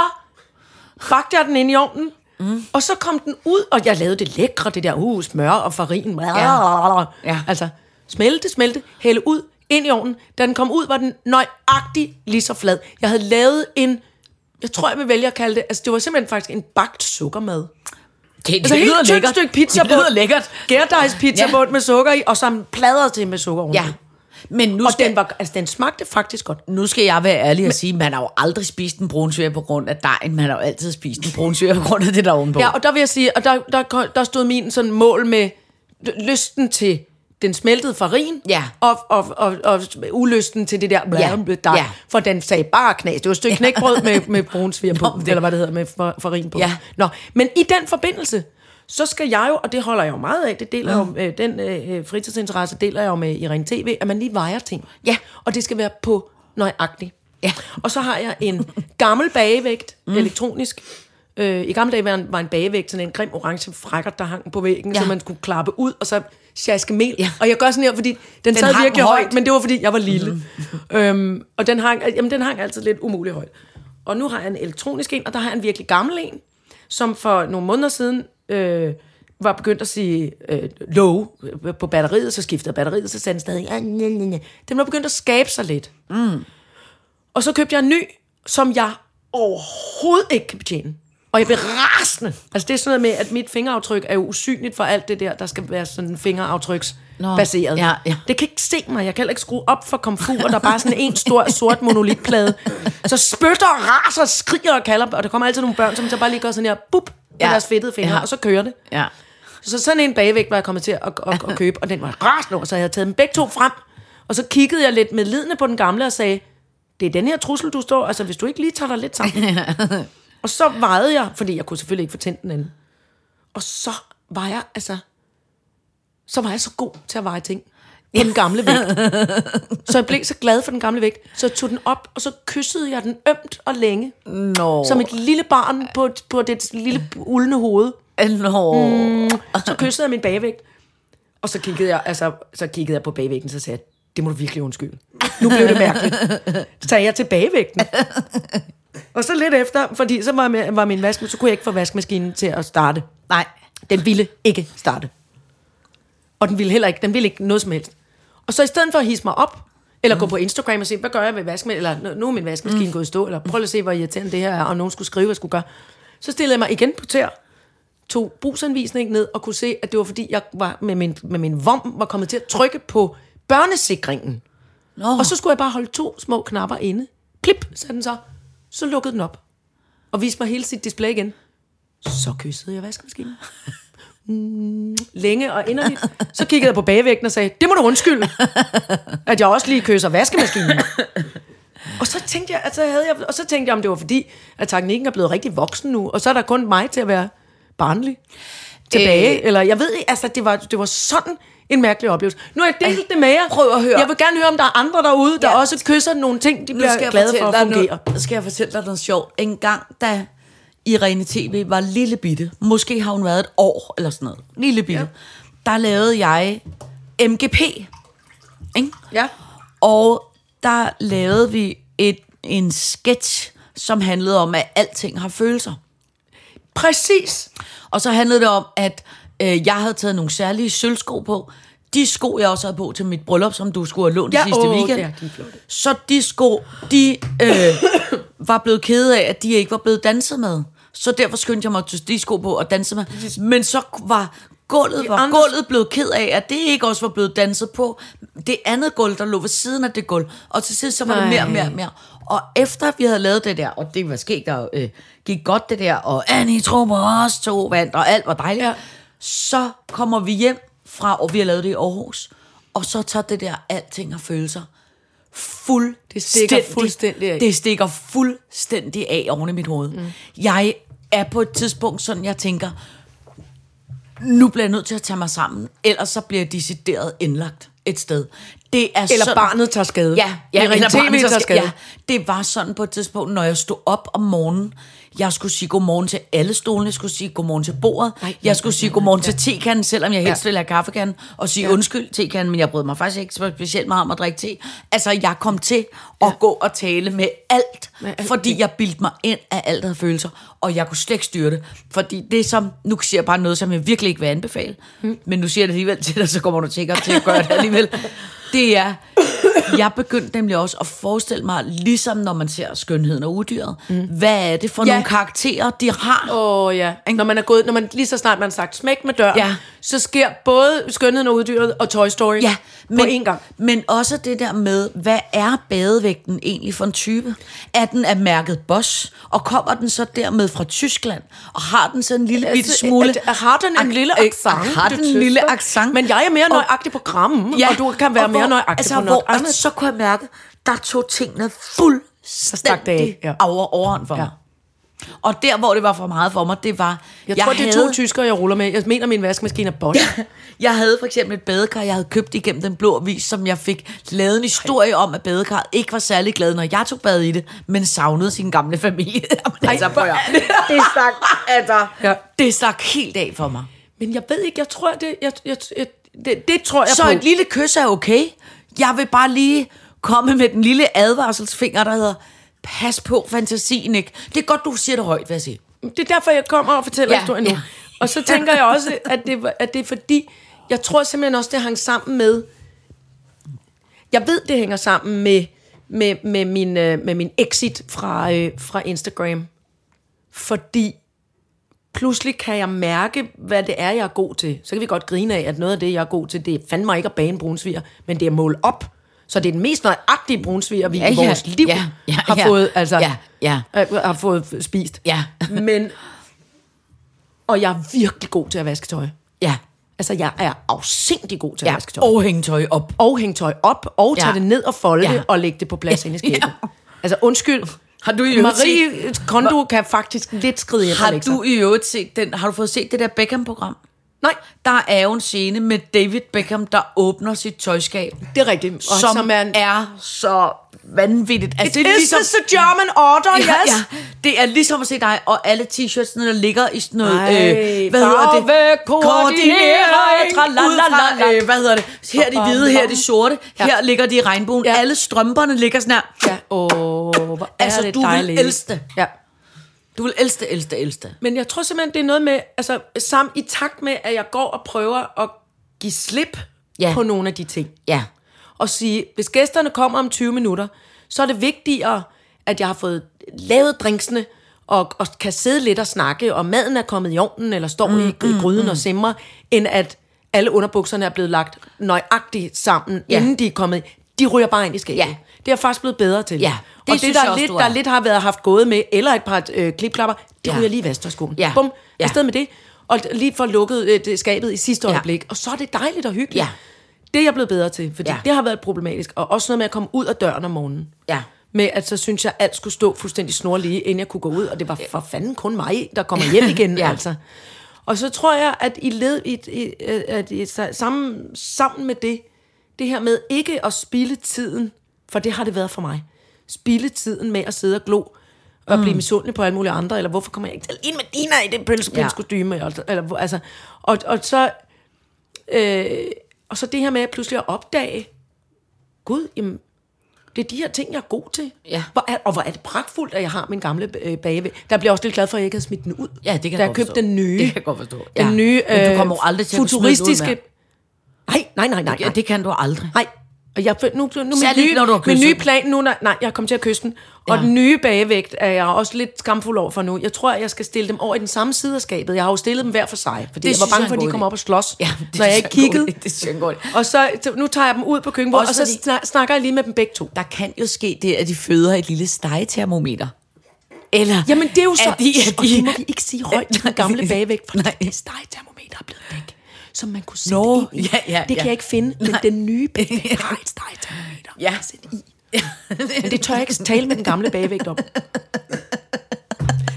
Speaker 4: bagte jeg den ind i ovnen, mm. og så kom den ud, og jeg lavede det lækre, det der uh, smør og farin. Ja.
Speaker 3: Ja.
Speaker 4: Altså, smelte, smelte, hælde ud, ind i ovnen. Da den kom ud, var den nøjagtig lige så flad. Jeg havde lavet en, jeg tror, jeg vil vælge at kalde det, altså det var simpelthen faktisk en bagt sukkermad.
Speaker 3: Det, det
Speaker 4: Altså helt
Speaker 3: lyder
Speaker 4: tykt
Speaker 3: lækkert.
Speaker 4: stykke pizza
Speaker 3: Det lyder lækkert.
Speaker 4: Gærdejspizza
Speaker 3: Ja.
Speaker 4: ja. med sukker i, og så plader til med sukker
Speaker 3: Ja. Men nu
Speaker 4: Og
Speaker 3: skal,
Speaker 4: den, var, altså, den smagte faktisk godt.
Speaker 3: nu skal jeg være ærlig og sige, man har jo aldrig spist en brunsviger på grund af dejen. Man har jo altid spist en brunsviger på grund af det der er ovenpå.
Speaker 4: Ja, og der vil jeg sige, og der, der, kom- der stod min sådan mål med d- lysten til den smeltede farin,
Speaker 3: Ja.
Speaker 4: og, og, og, og ulysten til det der blærende
Speaker 3: Ja,
Speaker 4: dej,
Speaker 3: ja.
Speaker 4: for den sagde bare knas. Det var et stykke
Speaker 3: Ja.
Speaker 4: knækbrød med, med brun svir på,
Speaker 3: <laughs> Nå, det-
Speaker 4: eller hvad det hedder, med far- farin på.
Speaker 3: Ja.
Speaker 4: Nå, men i den forbindelse, så skal jeg jo, og det holder jeg jo meget af, det deler mm. jo, øh, den øh, fritidsinteresse deler jeg jo med Irene TV, at man lige vejer ting.
Speaker 3: Ja.
Speaker 4: Og det skal være på nøjagtigt.
Speaker 3: Ja.
Speaker 4: Og så har jeg en gammel bagevægt, mm. elektronisk. Øh, I gamle dage var en, var en bagevægt sådan en grim orange frakker, der hang på væggen,
Speaker 3: Ja.
Speaker 4: ja. så man skulle klappe ud, og så sjaske mel.
Speaker 3: Ja.
Speaker 4: Ja. Og jeg gør sådan her, fordi den, den sad
Speaker 3: hang
Speaker 4: virkelig højt.
Speaker 3: højt. Mm-hmm.
Speaker 4: højt, men det var fordi, jeg var lille. Mm. øhm, og den hang, jamen, den hang altid lidt umuligt højt. Og nu har jeg en elektronisk en, og der har jeg en virkelig gammel en, som for nogle måneder siden øh, var begyndt at sige øh, low på batteriet, så skiftede batteriet, så sagde den stadig, "Ah, næ, næ, næ." den var begyndt at skabe sig lidt. Og så købte jeg en ny, som jeg overhovedet ikke kan betjene. Og jeg blev rasende. Altså det er sådan noget med, at mit fingeraftryk er jo usynligt for alt det der, der skal være sådan fingeraftryksbaseret.
Speaker 3: Nå, ja, ja.
Speaker 4: Det kan ikke se mig. Jeg kan heller ikke skrue op for komfur, der er bare sådan en stor sort monolitplade. Så spytter og raser og skriger og kalder, og der kommer altid nogle børn, som så bare lige gør sådan her, bup, med
Speaker 3: Ja.
Speaker 4: deres fedtede fingre,
Speaker 3: Ja.
Speaker 4: og så kører det.
Speaker 3: ja.
Speaker 4: Så sådan en bagvægt var jeg kommet til at, at, at købe, og den var rasende over, så jeg havde taget dem begge to frem. Og så kiggede jeg lidt med lidende på den gamle og sagde, det er den her trussel, du står, altså hvis du ikke lige tager dig lidt sammen. og så vejede jeg, fordi jeg kunne selvfølgelig ikke få tændt den anden. Og så var jeg, altså, så var jeg så god til at veje ting på den gamle vægt. så jeg blev så glad for den gamle vægt, så jeg tog den op, og så kyssede jeg den ømt og længe.
Speaker 3: Nå.
Speaker 4: Som et lille barn på, på det lille uldne hoved
Speaker 3: Nå.
Speaker 4: Mm. så kyssede jeg min bagvægt. Og så kiggede jeg, altså, så kiggede jeg på bagvægten, så sagde jeg, det må du virkelig undskylde. Nu blev det mærkeligt. Så sagde jeg til bagvægten. Og så lidt efter, fordi så var, med, var min vask, så kunne jeg ikke få vaskemaskinen til at starte.
Speaker 3: Nej.
Speaker 4: Den ville ikke starte. Og den ville heller ikke, den ville ikke noget som helst. Og så i stedet for at hisse mig op, eller gå på Instagram og se, hvad gør jeg med vaskemaskinen, eller "Nu- nu er min vaskemaskine mm. gået i stå, eller prøv lige at se, hvor irriterende det her er, og nogen skulle skrive, hvad jeg skulle gøre. Så stillede jeg mig igen på tæer, tog brugsanvisningen ned og kunne se, at det var fordi, jeg var med min, med min vom var kommet til at trykke på børnesikringen.
Speaker 3: Nå.
Speaker 4: Og så skulle jeg bare holde to små knapper inde. Plip, sagde den så. Så lukkede den op. Og viste mig hele sit display igen. Så kyssede jeg vaskemaskinen. Mm, Længe og inderligt. Så kiggede jeg på bagvægten og sagde, det må du undskylde, at jeg også lige kysser vaskemaskinen. Og så tænkte jeg, altså havde jeg, og så tænkte jeg, om det var fordi, at teknikken er blevet rigtig voksen nu, og så er der kun mig til at være barnlig tilbage, øh. eller jeg ved ikke, altså det var, det var sådan en mærkelig oplevelse. Nu har jeg delt det med jer.
Speaker 3: Prøv at høre.
Speaker 4: Jeg vil gerne høre, om der er andre derude, der
Speaker 3: Ja.
Speaker 4: også kysser nogle ting, de
Speaker 3: nu skal
Speaker 4: bliver
Speaker 3: jeg
Speaker 4: glade for
Speaker 3: fortælle
Speaker 4: at
Speaker 3: dig
Speaker 4: fungere.
Speaker 3: Noget, skal jeg fortælle dig noget sjovt? En gang, da Irene TV var lille bitte, måske har hun været et år eller sådan noget, lille bitte, ja. der lavede jeg MGP, ikke?
Speaker 4: Ja.
Speaker 3: og der lavede vi et, en sketch, som handlede om, at alting har følelser.
Speaker 4: Præcis.
Speaker 3: Og så handlede det om, at øh, jeg havde taget nogle særlige sølvsko på. De sko, jeg også havde på til mit bryllup, som du skulle have lånt ja,
Speaker 4: Ja,
Speaker 3: sidste
Speaker 4: åh,
Speaker 3: weekend.
Speaker 4: ja, de er flotte.
Speaker 3: så de sko, de øh, var blevet kede af, at de ikke var blevet danset med. Så derfor skyndte jeg mig til disco på og danse med. Men så var gulvet, var
Speaker 4: andre-
Speaker 3: gulvet blevet ked af, at det ikke også var blevet danset på. Det andet gulv, der lå ved siden af det gulv. Og til sidst så var det mere og
Speaker 4: Nej.
Speaker 3: mere og mere. Og efter vi havde lavet det der, og det var sket, der øh, gik godt det der, og Annie Tro på os to vandt, og alt var dejligt. Ja. Så kommer vi hjem fra, og vi har lavet det i Aarhus, og så tager det der alting og følelser fuldstændig,
Speaker 4: Det stikker fuldstændig af.
Speaker 3: Det stikker fuldstændig af oven i mit hoved. Mm. Jeg er på et tidspunkt sådan, jeg tænker, nu bliver jeg nødt til at tage mig sammen, ellers så bliver jeg decideret indlagt et sted. Det er
Speaker 4: Eller
Speaker 3: sådan,
Speaker 4: barnet tager skade.
Speaker 3: Ja, ja
Speaker 4: Eller
Speaker 3: eller
Speaker 4: TV
Speaker 3: barnet
Speaker 4: tager
Speaker 3: tager skade.
Speaker 4: skade.
Speaker 3: Ja, det var sådan på et tidspunkt, når jeg stod op om morgenen, jeg skulle sige godmorgen til alle stolene, jeg skulle sige godmorgen til bordet,
Speaker 4: nej,
Speaker 3: jeg skulle
Speaker 4: nej,
Speaker 3: sige
Speaker 4: nej,
Speaker 3: godmorgen
Speaker 4: ja.
Speaker 3: til tekanden, selvom jeg helst
Speaker 4: Ja.
Speaker 3: ville have kaffekanden, og sige ja. undskyld tekanden, men jeg brød mig faktisk ikke så specielt meget om at drikke te. Altså, jeg kom til at ja. gå og tale med alt,
Speaker 4: Med
Speaker 3: med
Speaker 4: alt
Speaker 3: fordi jeg bildte mig ind af alt, der havde følelser, og jeg kunne slet ikke styre det. Fordi det som, nu siger jeg bare noget, som jeg virkelig ikke vil anbefale,
Speaker 4: Hmm.
Speaker 3: mm. men nu siger jeg det alligevel til dig, så kommer du sikkert til at gøre det alligevel. Det er, jeg begyndte nemlig også at forestille mig, ligesom når man ser skønheden og udyret, mm. hvad er det for ja.
Speaker 4: Hmm. Ja.
Speaker 3: nogle karakterer, de har?
Speaker 4: Åh oh, ja. Når man er gået, når man lige så snart man har sagt smæk med døren,
Speaker 3: Ja.
Speaker 4: ja. så sker både skønheden og uddyret og Toy Story
Speaker 3: Ja,
Speaker 4: på én gang.
Speaker 3: Men også det der med, hvad er badevægten egentlig for en type? Er den af mærket Boss, og kommer den så dermed fra Tyskland, og har den så en lille bitte smule...
Speaker 4: altså, at- at Har den en
Speaker 3: Ak-
Speaker 4: lille
Speaker 3: øh,
Speaker 4: accent?
Speaker 3: Har den
Speaker 4: du
Speaker 3: en lille
Speaker 4: tøffer?
Speaker 3: accent?
Speaker 4: Men jeg er mere
Speaker 3: Og-
Speaker 4: nøjagtig på
Speaker 3: <laughs>
Speaker 4: grammen, ja. og du kan
Speaker 3: og
Speaker 4: være og mere
Speaker 3: hvor-
Speaker 4: nøjagtig
Speaker 3: altså,
Speaker 4: på noget
Speaker 3: hvor,
Speaker 4: andet.
Speaker 3: altså, så kunne jeg mærke, der tog tingene fuldstændig
Speaker 4: det af, ja.
Speaker 3: over overhånd for mig. Og der, hvor det var for meget for mig, det var...
Speaker 4: jeg, tror, det er to tyskere, jeg ruller med. Jeg mener, min vaskemaskine er Bosch.
Speaker 3: Jeg havde for eksempel et badekar, jeg havde købt igennem den blå avis, som jeg fik lavet en historie om, at badekarret ikke var særlig glad, når jeg tog bad i det, men savnede sin gamle familie. <laughs> Jamen, altså, prøv at høre. <laughs> det stak, altså, ja.
Speaker 4: Ja.
Speaker 3: det stak helt af for mig.
Speaker 4: Men jeg ved ikke, jeg tror, det, jeg, jeg, jeg, det, det tror jeg
Speaker 3: Så
Speaker 4: på.
Speaker 3: et lille kys er okay. Jeg vil bare lige komme med den lille advarselsfinger, der hedder, pas på fantasien, ikke? Det er godt, du siger det højt, vil jeg sige.
Speaker 4: Det er derfor, jeg kommer og fortæller
Speaker 3: Ja,
Speaker 4: ja, historien nu.
Speaker 3: ja.
Speaker 4: Ja. Og så tænker jeg også, at det, var- at det er fordi, jeg tror simpelthen også, det hang sammen med, jeg ved, det hænger sammen med, med, med, min, øh, med min exit fra, øh, fra Instagram. Fordi pludselig kan jeg mærke, hvad det er, jeg er god til. Så kan vi godt grine af, at noget af det, jeg er god til, det er fandme ikke at bage en brunsviger, men det er at måle op. Så det er den mest nøjagtige brunsviger, vi ja, i
Speaker 3: ja,
Speaker 4: vores liv
Speaker 3: ja, ja,
Speaker 4: har,
Speaker 3: ja,
Speaker 4: fået, altså,
Speaker 3: ja, ja.
Speaker 4: øh, har fået spist.
Speaker 3: Ja.
Speaker 4: Men, og jeg er virkelig god til at vaske tøj.
Speaker 3: Ja.
Speaker 4: Altså, jeg er afsindig god til at
Speaker 3: ja.
Speaker 4: vaske tøj.
Speaker 3: Og hænge tøj op.
Speaker 4: og hænge tøj op, og
Speaker 3: Ja.
Speaker 4: tage det ned og folde
Speaker 3: Ja.
Speaker 4: ja. det, og lægge det på plads
Speaker 3: Ja.
Speaker 4: ja. inde i skabet.
Speaker 3: <laughs> Ja.
Speaker 4: Ja. Altså, undskyld.
Speaker 3: Har du i øvrigt
Speaker 4: Marie Kondo kan faktisk lidt skride efter,
Speaker 3: Har
Speaker 4: Alexa.
Speaker 3: du i øvrigt set den, har du fået set det der Beckham-program?
Speaker 4: Nej,
Speaker 3: Der er jo en scene med David Beckham, der åbner sit tøjskab,
Speaker 4: det er rigtigt. Og
Speaker 3: som, som er,
Speaker 4: en, ligesom-
Speaker 3: er så vanvittigt. Altså,
Speaker 4: Is this a German order, yes?
Speaker 3: Ja, ja. Det er ligesom at se dig og alle t-shirtsene, der ligger i sådan noget... øh,
Speaker 4: Ej,
Speaker 3: hvad hedder det?
Speaker 4: farvekoordinering.
Speaker 3: Tralalala, øh, hvad hedder det? Her er de hvide, her er de sorte,
Speaker 4: Ja.
Speaker 3: her ligger de i regnbuen.
Speaker 4: Ja.
Speaker 3: Alle strømperne ligger sådan her.
Speaker 4: ja. Åh, hvor er
Speaker 3: Altså,
Speaker 4: det
Speaker 3: du vil
Speaker 4: dejligt.
Speaker 3: elske det.
Speaker 4: Ja.
Speaker 3: Du vil elske, elske, elske.
Speaker 4: Men jeg tror simpelthen, det er noget med, altså, sammen i takt med, at jeg går og prøver at give slip
Speaker 3: Ja.
Speaker 4: ja. på nogle af de ting.
Speaker 3: Ja.
Speaker 4: og sige, hvis gæsterne kommer om 20 minutter, så er det vigtigere, at jeg har fået lavet drinksene, og, og kan sidde lidt og snakke, og maden er kommet i ovnen, eller står mm, i gr- gryden mm. og simmer, end at alle underbukserne er blevet lagt nøjagtigt sammen,
Speaker 3: Ja.
Speaker 4: ja. inden de er kommet. De ryger bare ind i skabet.
Speaker 3: Ja.
Speaker 4: Det er jeg faktisk blevet bedre til.
Speaker 3: Ja, det
Speaker 4: det og det,
Speaker 3: synes
Speaker 4: der,
Speaker 3: jeg
Speaker 4: er
Speaker 3: også,
Speaker 4: lidt,
Speaker 3: du er.
Speaker 4: der lidt har været haft gået med, eller et par øh, klipklapper, det
Speaker 3: Ja.
Speaker 4: ja. ryger lige i vasterskoen.
Speaker 3: Ja.
Speaker 4: Bum,
Speaker 3: Ja.
Speaker 4: afsted med det. Og lige får lukket øh, det skabet i sidste
Speaker 3: Ja.
Speaker 4: øjeblik. Og så er det dejligt og hyggeligt.
Speaker 3: Ja.
Speaker 4: Det er jeg blevet bedre til, fordi
Speaker 3: Ja.
Speaker 4: ja. det har været problematisk. Og også noget med at komme ud af døren om morgenen.
Speaker 3: Ja.
Speaker 4: Med at så synes jeg, at alt skulle stå fuldstændig snorlige, inden jeg kunne gå ud. Og det var for fanden kun mig, der kommer hjem igen.
Speaker 3: <laughs> Ja.
Speaker 4: ja. altså. Og så tror jeg, at I led i, i, øh, at I, sa- sammen, sammen med det, det her med ikke at spille tiden, for det har det været for mig, spille tiden med at sidde og glo, og mm. blive misundelig på alle mulige andre, eller hvorfor kommer jeg ikke til ind med Dina i det
Speaker 3: Ja.
Speaker 4: pølsepindskostyme, ja. eller, hvor- altså, og, og så øh, og så det her med at pludselig at opdage, gud, jamen, det er de her ting, jeg er god til.
Speaker 3: Ja.
Speaker 4: Hvor er, og hvor er det pragtfuldt, at jeg har min gamle øh, bagve. Der bliver jeg også lidt glad for, at jeg ikke havde smidt den ud.
Speaker 3: Ja, det kan
Speaker 4: da
Speaker 3: jeg
Speaker 4: jeg
Speaker 3: godt
Speaker 4: købte
Speaker 3: forstå.
Speaker 4: den nye.
Speaker 3: Det kan jeg godt forstå.
Speaker 4: Den
Speaker 3: Ja.
Speaker 4: nye
Speaker 3: øh, Men du kommer jo aldrig til at få smidt den ud,
Speaker 4: futuristiske... Nej, nej, nej, nej. nej.
Speaker 3: Ja, det kan du aldrig.
Speaker 4: Nej, Og jeg, nu, nu, nu min,
Speaker 3: Særligt
Speaker 4: nye,
Speaker 3: når du har
Speaker 4: min
Speaker 3: kysset
Speaker 4: nye
Speaker 3: den.
Speaker 4: plan, nu, når, nej, jeg kom til at kysse den. Og
Speaker 3: Ja.
Speaker 4: den nye bagevægt er jeg også lidt skamfuld over for nu. Jeg tror, jeg skal stille dem over i den samme side af skabet. Jeg har jo stillet dem hver for sig, fordi
Speaker 3: Det
Speaker 4: jeg var
Speaker 3: synes jeg er
Speaker 4: bange
Speaker 3: en
Speaker 4: for, at de
Speaker 3: god
Speaker 4: kom
Speaker 3: idé.
Speaker 4: op og slås,
Speaker 3: Ja, <laughs>
Speaker 4: ja,
Speaker 3: det
Speaker 4: når
Speaker 3: synes
Speaker 4: jeg
Speaker 3: jeg
Speaker 4: ikke
Speaker 3: er en god
Speaker 4: kiggede.
Speaker 3: idé. Det synes jeg er en god idé.
Speaker 4: Og så, så nu tager jeg dem ud på køkkenbordet,
Speaker 3: Også
Speaker 4: og så
Speaker 3: fordi-
Speaker 4: snak- snakker jeg lige med dem begge to.
Speaker 3: Der kan jo ske det, at de føder et lille stegetermometer. Eller
Speaker 4: Jamen, det er jo så...
Speaker 3: At de, at
Speaker 4: og
Speaker 3: de,
Speaker 4: det må vi ikke sige højt <laughs> til den gamle bagevægt, for
Speaker 3: Nej.
Speaker 4: det stegetermometer er blevet væk, som man kunne sætte
Speaker 3: Nå,
Speaker 4: ind i.
Speaker 3: ja, ja,
Speaker 4: det kan
Speaker 3: ja.
Speaker 4: jeg ikke finde, men
Speaker 3: Nej.
Speaker 4: den
Speaker 3: <laughs>
Speaker 4: nye bagevægt har et stegetermometer.
Speaker 3: Ja.
Speaker 4: at sætte i. <laughs> Men det tør jeg ikke tale med den gamle bagevægt om.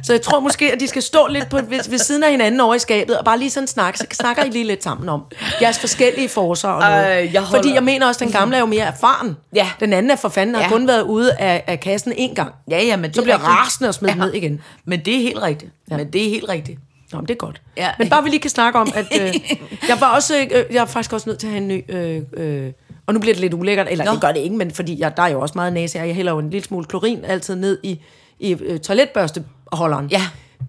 Speaker 4: Så jeg tror måske, at de skal stå lidt på, ved, ved siden af hinanden over i skabet, og bare lige sådan snakke, så snakker I lige lidt sammen om jeres forskellige forser og noget.
Speaker 3: Øh, jeg holder-
Speaker 4: Fordi jeg mener også, at den gamle er jo mere erfaren.
Speaker 3: Ja.
Speaker 4: Den anden er for fanden, har
Speaker 3: Ja.
Speaker 4: kun været ude af, af kassen én gang.
Speaker 3: Ja, ja, men det
Speaker 4: Så
Speaker 3: er
Speaker 4: bliver jeg
Speaker 3: rigtigt.
Speaker 4: rasende og smider ja. ned igen.
Speaker 3: Men det er helt rigtigt. Ja. Men det er helt rigtigt.
Speaker 4: Nå, men det er godt.
Speaker 3: Ja.
Speaker 4: Men bare vi lige kan snakke om, at
Speaker 3: <laughs>
Speaker 4: øh, jeg var også, øh, jeg er faktisk også nødt til at have en ny, øh, øh, og nu bliver det lidt ulækkert, eller Nå.
Speaker 3: Nå.
Speaker 4: det gør det ikke, men fordi jeg, der er jo også meget næse her, jeg hælder jo en lille smule klorin altid ned i, i øh, toiletbørsteholderen.
Speaker 3: Ja.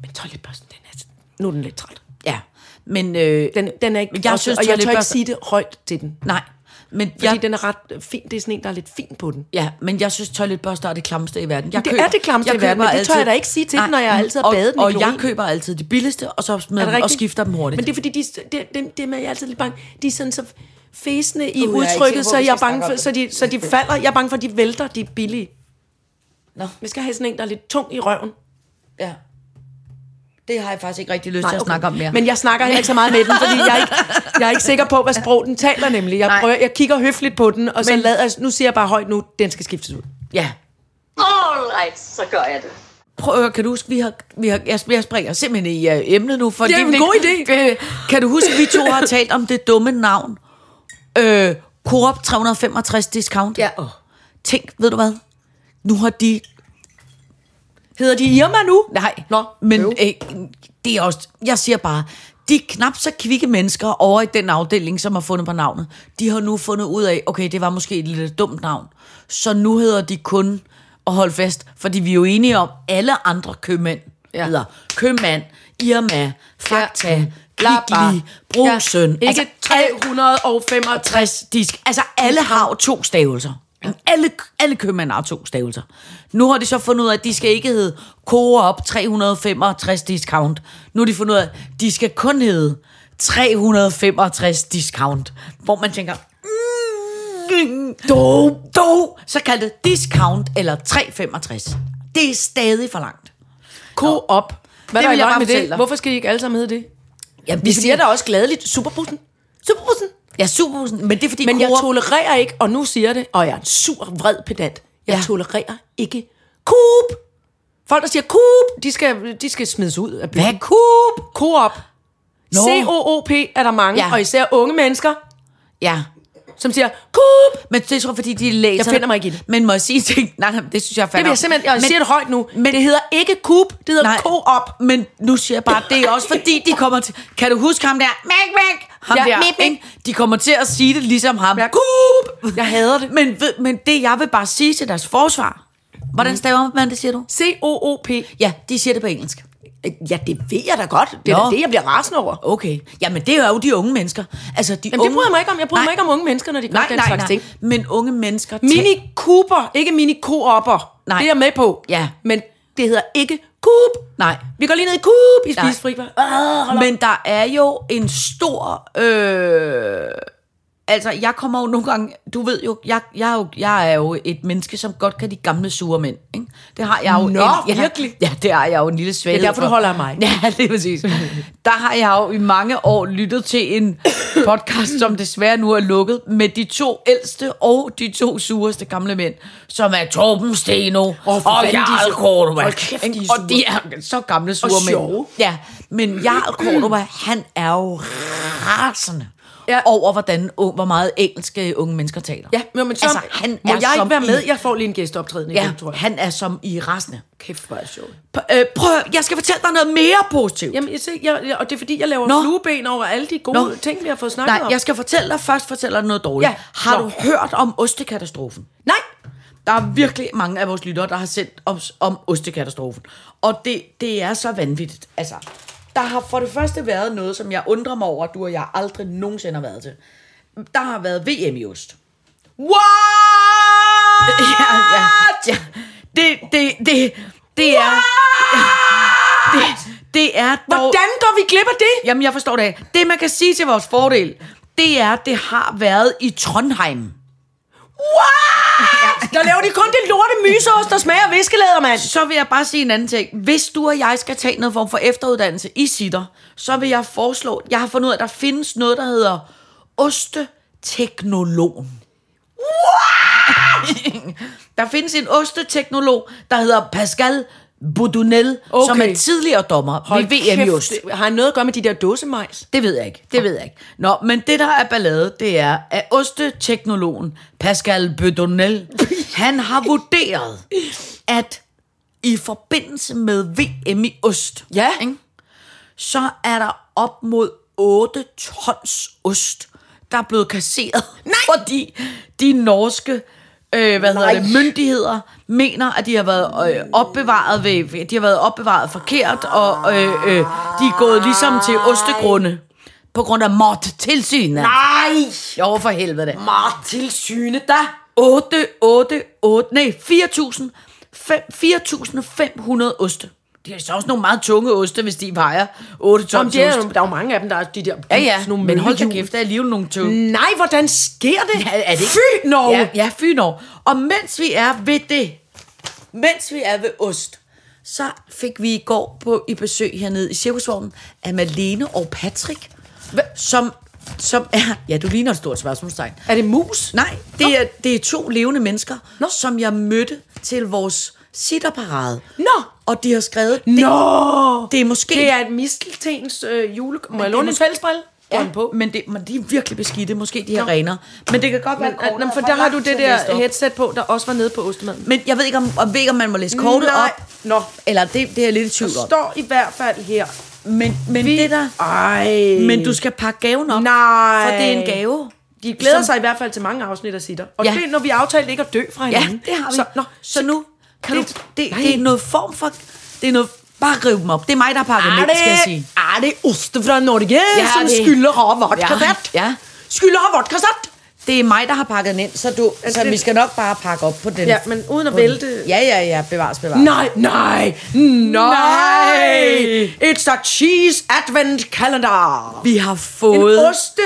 Speaker 4: Men toiletbørsten, den er, nu er den lidt træt.
Speaker 3: Ja. Men øh,
Speaker 4: Den, den er ikke,
Speaker 3: Men jeg synes,
Speaker 4: og jeg tør ikke
Speaker 3: toiletbørste-
Speaker 4: sige det højt til den,
Speaker 3: nej. Men
Speaker 4: fordi
Speaker 3: jeg,
Speaker 4: den er ret øh, fin, det er sådan en, der er lidt fin på den.
Speaker 3: Ja, men jeg synes, toiletbørster er det klammeste i verden. Jeg
Speaker 4: Det er det klammeste
Speaker 3: jeg
Speaker 4: i verden,
Speaker 3: køber
Speaker 4: men det tør jeg da ikke sige til dem, når jeg altid har
Speaker 3: og,
Speaker 4: badet med
Speaker 3: Og jeg
Speaker 4: klorin.
Speaker 3: køber altid de billigste, og så
Speaker 4: Er
Speaker 3: smider
Speaker 4: det
Speaker 3: dem, og
Speaker 4: rigtigt?
Speaker 3: skifter dem hurtigt.
Speaker 4: Men det er fordi, de, det, det, det med, jeg er altid lidt bange, de er sådan så fæsende
Speaker 3: Uh,
Speaker 4: i
Speaker 3: jeg er ikke sikker på,
Speaker 4: udtrykket, så
Speaker 3: vi
Speaker 4: jeg er
Speaker 3: skal
Speaker 4: bange for, så
Speaker 3: snakke
Speaker 4: de, så de falder. Jeg er bange for, at de vælter, de er billige.
Speaker 3: Nå.
Speaker 4: Vi skal have sådan en, der er lidt tung i røven.
Speaker 3: ja. det har jeg faktisk ikke rigtig lyst til at snakke om mere.
Speaker 4: Men jeg snakker heller ikke så meget med den, fordi jeg er ikke, jeg er ikke sikker på, hvad sprog den taler nemlig. Jeg,
Speaker 3: Nej.
Speaker 4: prøver, jeg kigger høfligt på den, og så
Speaker 3: Men-
Speaker 4: lader jeg, nu siger jeg bare højt nu, den skal skiftes ud.
Speaker 3: ja.
Speaker 2: Alright, så gør jeg det.
Speaker 3: Prøv at høre, kan du huske, vi har, vi har, jeg, jeg springer simpelthen i
Speaker 4: øh,
Speaker 3: uh, emnet nu. For
Speaker 4: Det er jo en god idé.
Speaker 3: Kan du huske, vi to har talt om det dumme navn? Øh, Coop 365 discount.
Speaker 4: Ja.
Speaker 3: Tænk, ved du hvad? Nu har de
Speaker 4: Hedder de Irma nu?
Speaker 3: Nej,
Speaker 4: Nå,
Speaker 3: men
Speaker 4: øv.
Speaker 3: øh, det er også, jeg siger bare, de knap så kvikke mennesker over i den afdeling, som har fundet på navnet, de har nu fundet ud af, okay, det var måske et lidt dumt navn, så nu hedder de kun, og hold fast, fordi vi er jo enige om, alle andre købmænd ja.
Speaker 4: Ja.
Speaker 3: hedder købmand, Irma, Fakta, ja. Kvickly,
Speaker 4: Blabla.
Speaker 3: Brugsen.
Speaker 4: Ja. Ikke Altså,
Speaker 3: alt-
Speaker 4: 365
Speaker 3: 60 disk. Altså, alle
Speaker 4: Mm-hmm.
Speaker 3: har jo to stavelser. Alle, alle købmænd har to stavelser. Nu har de så fundet ud af, at de skal ikke hedde Coop 365 discount. Nu har de fundet ud af, at de skal kun hedde 365 discount. Hvor man tænker... Mm, do, do, så kaldt det discount eller 365. Det er stadig for langt.
Speaker 4: Coop. Hvad
Speaker 3: Det
Speaker 4: er der
Speaker 3: vil jeg
Speaker 4: i
Speaker 3: bare
Speaker 4: løgn med
Speaker 3: fortælle
Speaker 4: det?
Speaker 3: dig.
Speaker 4: Hvorfor skal I ikke alle sammen hedde det?
Speaker 3: Ja,
Speaker 4: Vi siger da også gladeligt Superbussen. Superbussen.
Speaker 3: Ja, super, men det er fordi...
Speaker 4: Men jeg
Speaker 3: Coop-
Speaker 4: tolererer ikke, og nu siger jeg det, og jeg er en sur, vred pedant. Jeg
Speaker 3: Ja.
Speaker 4: ja. tolererer ikke Coop. Folk, der siger Coop, de skal, de skal smides ud af byen.
Speaker 3: Hvad? Coop?
Speaker 4: Coop.
Speaker 3: Nå.
Speaker 4: C-O-O-P er der mange,
Speaker 3: Ja.
Speaker 4: ja. og især unge mennesker,
Speaker 3: Ja,
Speaker 4: som siger Coop.
Speaker 3: Men det tror jeg, fordi de læser...
Speaker 4: Altså, Jeg finder mig ikke i det.
Speaker 3: Men må jeg sige ting? Nej, nej, det synes jeg er
Speaker 4: Det
Speaker 3: fandme...
Speaker 4: vil jeg simpelthen, jeg
Speaker 3: men,
Speaker 4: siger det højt nu.
Speaker 3: men-
Speaker 4: Men, det hedder ikke Coop, det hedder
Speaker 3: Nej.
Speaker 4: Coop.
Speaker 3: Men nu siger jeg bare, det er også fordi, de kommer til... Kan du huske ham der? Mæk, mæk! Ham
Speaker 4: Ja,
Speaker 3: der,
Speaker 4: mæk, mæk.
Speaker 3: ikke? De kommer til at sige det ligesom ham.
Speaker 4: Ja.
Speaker 3: Coop!
Speaker 4: Jeg hader det.
Speaker 3: Men, ved, men det, jeg vil bare sige til deres forsvar... Hvordan
Speaker 4: Mm.
Speaker 3: staver man det, siger du?
Speaker 4: C-O-O-P.
Speaker 3: Ja, de siger det på engelsk.
Speaker 4: Ja, det ved jeg da godt. Det er
Speaker 3: Nå.
Speaker 4: da det, jeg bliver rasende over.
Speaker 3: Okay. Jamen, det er jo de unge mennesker. Altså, de
Speaker 4: Jamen,
Speaker 3: unge...
Speaker 4: det bryder jeg mig ikke om. Jeg bryder nej. mig ikke om unge mennesker, når de gør
Speaker 3: Nej,
Speaker 4: den
Speaker 3: nej,
Speaker 4: slags
Speaker 3: nej.
Speaker 4: ting.
Speaker 3: Men unge mennesker...
Speaker 4: Mini Cooper, ikke Mini Coop'er.
Speaker 3: Nej.
Speaker 4: Det er jeg med på.
Speaker 3: Ja.
Speaker 4: Men det hedder ikke Coop.
Speaker 3: Nej.
Speaker 4: Vi går lige ned i Coop i
Speaker 3: Nej.
Speaker 4: spisefri. Øh,
Speaker 3: Men der er jo en stor... Øh, altså, jeg kommer jo nogle gange... Du ved jo jeg, jeg er jo, jeg er jo et menneske, som godt kan de gamle sure mænd. Ikke? Det har jeg jo...
Speaker 4: Nå,
Speaker 3: jeg,
Speaker 4: virkelig?
Speaker 3: Ja, det har jeg jo en lille svaghed
Speaker 4: Det er derfor,
Speaker 3: for.
Speaker 4: du holder af mig.
Speaker 3: <laughs> Ja, det er præcis. Der har jeg jo i mange år lyttet til en podcast, som desværre nu er lukket, med de to ældste og de to sureste gamle mænd, som er Torben Steno oh,
Speaker 4: for
Speaker 3: og
Speaker 4: fanden, de er
Speaker 3: Jarl
Speaker 4: så-
Speaker 3: Kortova.
Speaker 4: Hold kæft, de er
Speaker 3: Og de er så gamle sure mænd.
Speaker 4: sjove.
Speaker 3: Ja, men Jarl Cordova, han er jo rasende ja.
Speaker 4: Ja.
Speaker 3: over, hvordan, unge- hvor meget engelske unge mennesker taler.
Speaker 4: Ja, men, men så,
Speaker 3: Altså, han
Speaker 4: må
Speaker 3: er
Speaker 4: jeg
Speaker 3: som
Speaker 4: ikke være
Speaker 3: i-
Speaker 4: med? Jeg får lige en gæsteoptræden
Speaker 3: ja
Speaker 4: igen, tror jeg.
Speaker 3: han er som i rasende.
Speaker 4: Kæft, hvor er det sjovt.
Speaker 3: P- øh, prøv, at- jeg skal fortælle dig noget mere positivt.
Speaker 4: Jamen, jeg, se, jeg, jeg- og det er fordi, jeg laver
Speaker 3: Nå.
Speaker 4: Nå. flueben over alle de gode
Speaker 3: Nå.
Speaker 4: Nå. ting, vi har fået snakket
Speaker 3: Nej,
Speaker 4: om.
Speaker 3: jeg skal fortælle dig først fortælle dig noget dårligt.
Speaker 4: Ja,
Speaker 3: Har
Speaker 4: nå.
Speaker 3: du hørt om ostekatastrofen?
Speaker 4: Nej.
Speaker 3: Der er virkelig mange af vores lyttere, der har sendt os om ostekatastrofen. Og det, det er så vanvittigt. Altså, der har for det første været noget, som jeg undrer mig over, at du og jeg aldrig nogensinde har været til. Der har været VM i ost.
Speaker 4: What?
Speaker 3: <laughs> Ja, ja, ja. Det, det, det, det er... <laughs> Det, det er dog...
Speaker 4: Hvordan går vi glip af det?
Speaker 3: Jamen, jeg forstår det ikke. Det, man kan sige til vores fordel, det er, at det har været i Trondheim.
Speaker 4: What? Der laver de kun det lorte mysås, der smager af viskelæder, mand.
Speaker 3: Så vil jeg bare sige en anden ting. Hvis du og jeg skal tage noget form for efteruddannelse i sitter, så vil jeg foreslå... Jeg har fundet ud af, at der findes noget, der hedder osteteknologen. Der findes en osteteknolog, der hedder Pascal Boudunel, okay. som
Speaker 4: Okay.
Speaker 3: er tidligere dommer Hold ved VM i ost.
Speaker 4: Har noget at gøre med de der dåsemajs?
Speaker 3: Det ved jeg ikke. Det ved jeg ikke. Nå, men det der er ballade, det er, at osteteknologen Pascal Bedonel, han har vurderet, at i forbindelse med VM i ost,
Speaker 4: Ja.
Speaker 3: ikke, så er der op mod 8 tons ost, der er blevet kasseret, Nej. fordi de norske øh, hvad hedder det, myndigheder mener, at de har været øh, opbevaret ved, de har været opbevaret forkert, og øh, øh, de er gået ligesom til ostegrunde på grund af mort tilsynet.
Speaker 4: Ej,
Speaker 3: Jo, for helvede det.
Speaker 4: meget tilsyne da.
Speaker 3: 8, 8, 8, nej, 4.000, fem- 4.500 oste. Det er så også nogle meget tunge oste, hvis de vejer 8 tons
Speaker 4: Jamen, det er,
Speaker 3: ost.
Speaker 4: jo- der er jo mange af dem, der er de der...
Speaker 3: Ja, ja,
Speaker 4: sådan nogle
Speaker 3: men hold da
Speaker 4: møllehjul.
Speaker 3: kæft, der er alligevel nogle tunge.
Speaker 4: Nej, hvordan sker det?
Speaker 3: Mm. Er, er det ikke?
Speaker 4: Fy, Norge!
Speaker 3: Ja, ja Fynov. Og mens vi er ved det, mens vi er ved ost, så fik vi i går på, i besøg hernede i cirkusvognen af Malene og Patrick, som, som er... Ja, du ligner et stort spørgsmålstegn.
Speaker 4: Er det mus?
Speaker 3: Nej, det er, det er to levende mennesker, Nå. som jeg mødte til vores sitterparade.
Speaker 4: Nå.
Speaker 3: Og de har skrevet, det,
Speaker 4: Nå!
Speaker 3: det er måske...
Speaker 4: Det er et misteltens øh, jule... Må jeg låne en fællesbrille? Ja.
Speaker 3: Ja, på. Men, det, men de er virkelig beskidte, måske de her rener. Men det kan godt være... at-
Speaker 4: Nå,
Speaker 3: Nå,
Speaker 4: for der har du det der
Speaker 3: head-
Speaker 4: headset på, der også var nede på ostemaden.
Speaker 3: Men jeg ved ikke, om, jeg ved ikke, om man må læse kortet
Speaker 4: Nej.
Speaker 3: op.
Speaker 4: Nå.
Speaker 3: Eller det, det er jeg lidt i tvivl
Speaker 4: Der
Speaker 3: om.
Speaker 4: står i hvert fald her.
Speaker 3: Men, men det der...
Speaker 4: Ej.
Speaker 3: Men du skal pakke gaven op.
Speaker 4: Nej.
Speaker 3: For det er en gave.
Speaker 4: De glæder
Speaker 3: Som-
Speaker 4: sig i hvert fald til mange afsnit af sitter. Og
Speaker 3: Ja.
Speaker 4: ja. det er, når vi aftalte ikke at dø fra
Speaker 3: Ja,
Speaker 4: hinanden.
Speaker 3: det har vi.
Speaker 4: Så, nå,
Speaker 3: så nu kan det,
Speaker 4: det-
Speaker 3: du... Det,
Speaker 4: Nej.
Speaker 3: det er noget form for... Det er noget... Bare riv dem op. Det er mig, der har pakket dem
Speaker 4: er
Speaker 3: ind, skal jeg sige.
Speaker 4: det, er det oste fra Norge, ja, som
Speaker 3: det-
Speaker 4: det. skylder af vodkasat?
Speaker 3: Ja, ja.
Speaker 4: Skylder af vodkasat?
Speaker 3: Det er mig, der har pakket den ind, så, du, så
Speaker 4: det-
Speaker 3: vi skal nok bare pakke op på den.
Speaker 4: Ja, men uden at
Speaker 3: på den.
Speaker 4: vælte-
Speaker 3: Ja, ja, ja. Bevares, bevares.
Speaker 4: Nej, nej, nej. It's a cheese advent calendar.
Speaker 3: Vi har
Speaker 4: En
Speaker 3: fået...
Speaker 4: oste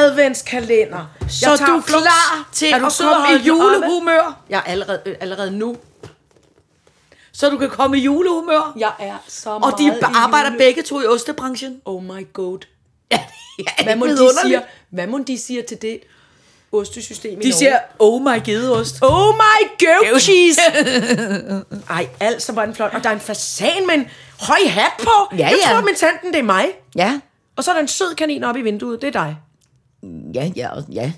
Speaker 4: adventskalender. Jeg
Speaker 3: Så er
Speaker 4: tager
Speaker 3: du
Speaker 4: flux.
Speaker 3: klar til
Speaker 4: Er du
Speaker 3: at
Speaker 4: sød
Speaker 3: komme
Speaker 4: holde
Speaker 3: i
Speaker 4: den oppe?
Speaker 3: julehumør?
Speaker 4: Jeg er allerede, øh, allerede nu.
Speaker 3: Så du kan komme i julehumør?
Speaker 4: Jeg er så
Speaker 3: Og de arbejder begge to i ostebranchen.
Speaker 4: Oh my god.
Speaker 3: Ja, det er
Speaker 4: Hvad må,
Speaker 3: lidt
Speaker 4: de
Speaker 3: underligt.
Speaker 4: siger, hvad må de siger til det ostesystem i
Speaker 3: De
Speaker 4: Norge?
Speaker 3: siger, oh my gedeost.
Speaker 4: Oh my goat cheese! <laughs> Ej, altså var den flot. Og der er en fasan med en høj hat på.
Speaker 3: Ja,
Speaker 4: jeg
Speaker 3: ja.
Speaker 4: tror, min tanten, det er mig.
Speaker 3: Ja,
Speaker 4: Og så er der en sød kanin oppe i vinduet. Det er dig.
Speaker 3: ja, ja, og- ja.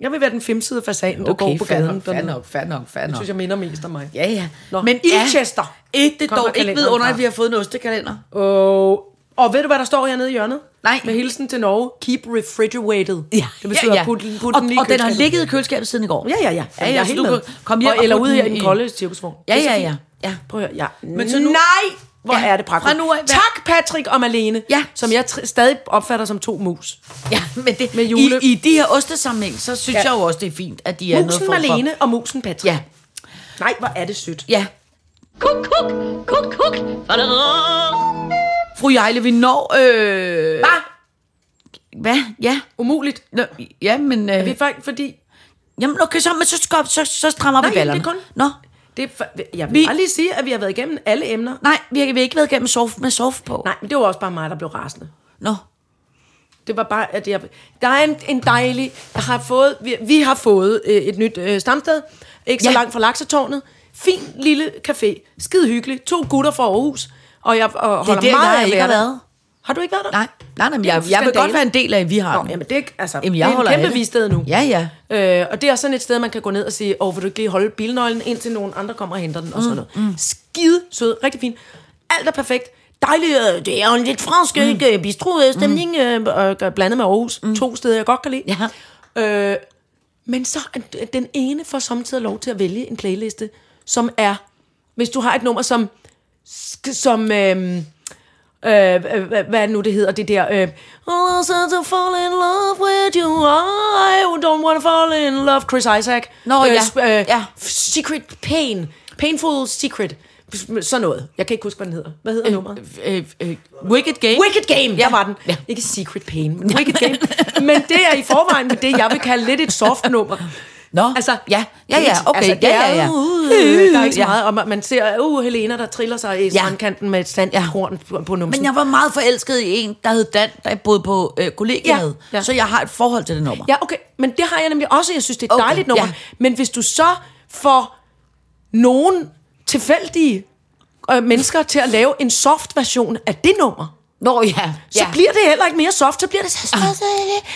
Speaker 4: Jeg vil være den femside fasan, der går på
Speaker 3: fair
Speaker 4: gaden.
Speaker 3: nok, fair
Speaker 4: dernede.
Speaker 3: nok, fair nok, fair
Speaker 4: Jeg
Speaker 3: nok.
Speaker 4: synes, jeg minder mest om mig.
Speaker 3: Ja, ja.
Speaker 4: Nå,
Speaker 3: Men
Speaker 4: Ilchester.
Speaker 3: Ja, ikke det
Speaker 4: Kommer
Speaker 3: dog ikke
Speaker 4: kalenderen
Speaker 3: ved under,
Speaker 4: fra.
Speaker 3: at vi har fået en ostekalender.
Speaker 4: Og, og ved du, hvad der står hernede i hjørnet?
Speaker 3: Nej.
Speaker 4: Med hilsen til Norge. Keep refrigerated. Det betyder, at putte, den- putte
Speaker 3: og,
Speaker 4: den lige i
Speaker 3: og den har
Speaker 4: køleskabet.
Speaker 3: ligget i køleskabet siden i går.
Speaker 4: Ja, Altså, ja, ja.
Speaker 3: ja, ja
Speaker 4: Jeg er
Speaker 3: så
Speaker 4: helt
Speaker 3: du
Speaker 4: med.
Speaker 3: kan komme hjem
Speaker 4: og,
Speaker 3: og
Speaker 4: eller
Speaker 3: putte
Speaker 4: ude
Speaker 3: den
Speaker 4: her i den
Speaker 3: i-
Speaker 4: kolde cirkusvogn.
Speaker 3: Ja,
Speaker 4: Det er så
Speaker 3: ja,
Speaker 4: fint.
Speaker 3: ja. ja.
Speaker 4: Prøv at høre, ja.
Speaker 3: Men så nu-
Speaker 4: Nej, hvor
Speaker 3: Ja,
Speaker 4: er det praktisk.
Speaker 3: fra nu af, hvad-
Speaker 4: tak, Patrick og Malene,
Speaker 3: Ja.
Speaker 4: som jeg tr- stadig opfatter som to mus.
Speaker 3: Ja, men det,
Speaker 4: Med jule-
Speaker 3: I, i de her ostesammenhæng, så synes ja.
Speaker 4: Ja.
Speaker 3: jeg jo også, det er fint, at de er
Speaker 4: Ja,
Speaker 3: noget
Speaker 4: musen
Speaker 3: form for-
Speaker 4: Malene og musen Patrick.
Speaker 3: Ja,
Speaker 4: Nej, hvor er det sødt.
Speaker 3: ja.
Speaker 2: Kuk, kuk, kuk, kuk.
Speaker 3: Fru Jejle, vi når... Øh...
Speaker 4: Hvad?
Speaker 3: Hvad? Ja.
Speaker 4: Umuligt.
Speaker 3: Nå, ja, men... Øh...
Speaker 4: Det er faktisk, fordi...
Speaker 3: Jamen, okay, så, men så, skal, så, så strammer vi
Speaker 4: Nej,
Speaker 3: ballerne.
Speaker 4: det er kun-
Speaker 3: Nå,
Speaker 4: Det er, fa- jeg vil
Speaker 3: Vi-
Speaker 4: vi... bare lige sige, at vi har været igennem alle emner.
Speaker 3: nej, vi har, vi har ikke været igennem sof, med sof på.
Speaker 4: Nej, men det var også bare mig, der blev rasende.
Speaker 3: Nå.
Speaker 4: Det var bare, at jeg... Der er en, en dejlig... Jeg har fået, vi, vi har fået øh, et nyt øh, stamsted. Ikke så
Speaker 3: Ja.
Speaker 4: langt fra Laksetårnet. Fin lille café. Skide hyggeligt. To gutter fra Aarhus. Og jeg og holder
Speaker 3: der,
Speaker 4: meget
Speaker 3: jeg
Speaker 4: af at
Speaker 3: ikke
Speaker 4: være
Speaker 3: har
Speaker 4: der.
Speaker 3: været.
Speaker 4: Har du ikke været der?
Speaker 3: Nej, nej, nej, men
Speaker 4: Det er
Speaker 3: jeg,
Speaker 4: en
Speaker 3: jeg vil
Speaker 4: skandale.
Speaker 3: godt være en del af, at vi har
Speaker 4: Nå,
Speaker 3: den.
Speaker 4: jamen det er, ikke- altså,
Speaker 3: Jamen,
Speaker 4: jamen,
Speaker 3: jeg
Speaker 4: jeg det er
Speaker 3: holder af
Speaker 4: en kæmpe
Speaker 3: det.
Speaker 4: visted nu.
Speaker 3: Ja, ja.
Speaker 4: Øh, og det er sådan et sted, man kan gå ned og sige, åh, oh, vil du ikke lige holde bilnøglen, indtil nogen andre kommer og henter den, og sådan noget. Mm. Skide sød, rigtig fin. Alt er perfekt. Dejligt, øh, det er jo en lidt fransk, mm. ikke? Bistro-stemning, mm. øh, øh, blandet med Aarhus. Mm. To steder, jeg godt kan lide. Ja. Øh, men så er den ene får samtidig lov til at vælge en playliste, som er, hvis du har et nummer som, som øh, øh, øh, hvad, hvad er det nu det hedder, det der, øh, "Oh, I said to fall in love with you, I don't don't wanna fall in love, Chris Isaac. Øh,
Speaker 3: Nå, ja.
Speaker 4: sp-
Speaker 3: Ja.
Speaker 4: Secret pain. Painful secret. Sådan noget. Jeg kan ikke huske, hvad den hedder. Hvad hedder nummeret?
Speaker 3: Øh, øh, Wicked Game.
Speaker 4: Wicked Game, ja.
Speaker 3: Ja.
Speaker 4: der var den. Ja.
Speaker 3: Ja.
Speaker 4: Ikke Secret Pain, men Wicked
Speaker 3: <laughs>
Speaker 4: Game. Men det er i forvejen med det, jeg vil kalde lidt et soft nummer.
Speaker 3: Nå, Altså, ja. Ja, ja, okay.
Speaker 4: Altså, det
Speaker 3: Ja, ja,
Speaker 4: er
Speaker 3: ja.
Speaker 4: jo, øh, der er ikke så
Speaker 3: Ja.
Speaker 4: meget, og man- man ser, uh, Helena, der triller sig i
Speaker 3: Ja.
Speaker 4: strandkanten med et sandhorn på, på numsen.
Speaker 3: Men jeg var meget forelsket i en, der hed Dan, der boede på øh, kollegiet.
Speaker 4: Ja,
Speaker 3: Ja,
Speaker 4: ja.
Speaker 3: ja. Så jeg har et forhold til det nummer.
Speaker 4: Ja, okay, men det har jeg nemlig også, jeg synes, det er et okay,
Speaker 3: Okay,
Speaker 4: dejligt nummer. Ja.
Speaker 3: ja.
Speaker 4: Men hvis du så får nogen tilfældige øh, mennesker til at lave en soft version af det nummer,
Speaker 3: Nå ja.
Speaker 4: så
Speaker 3: ja. Ah.
Speaker 4: bliver det heller ikke mere soft, så bliver det så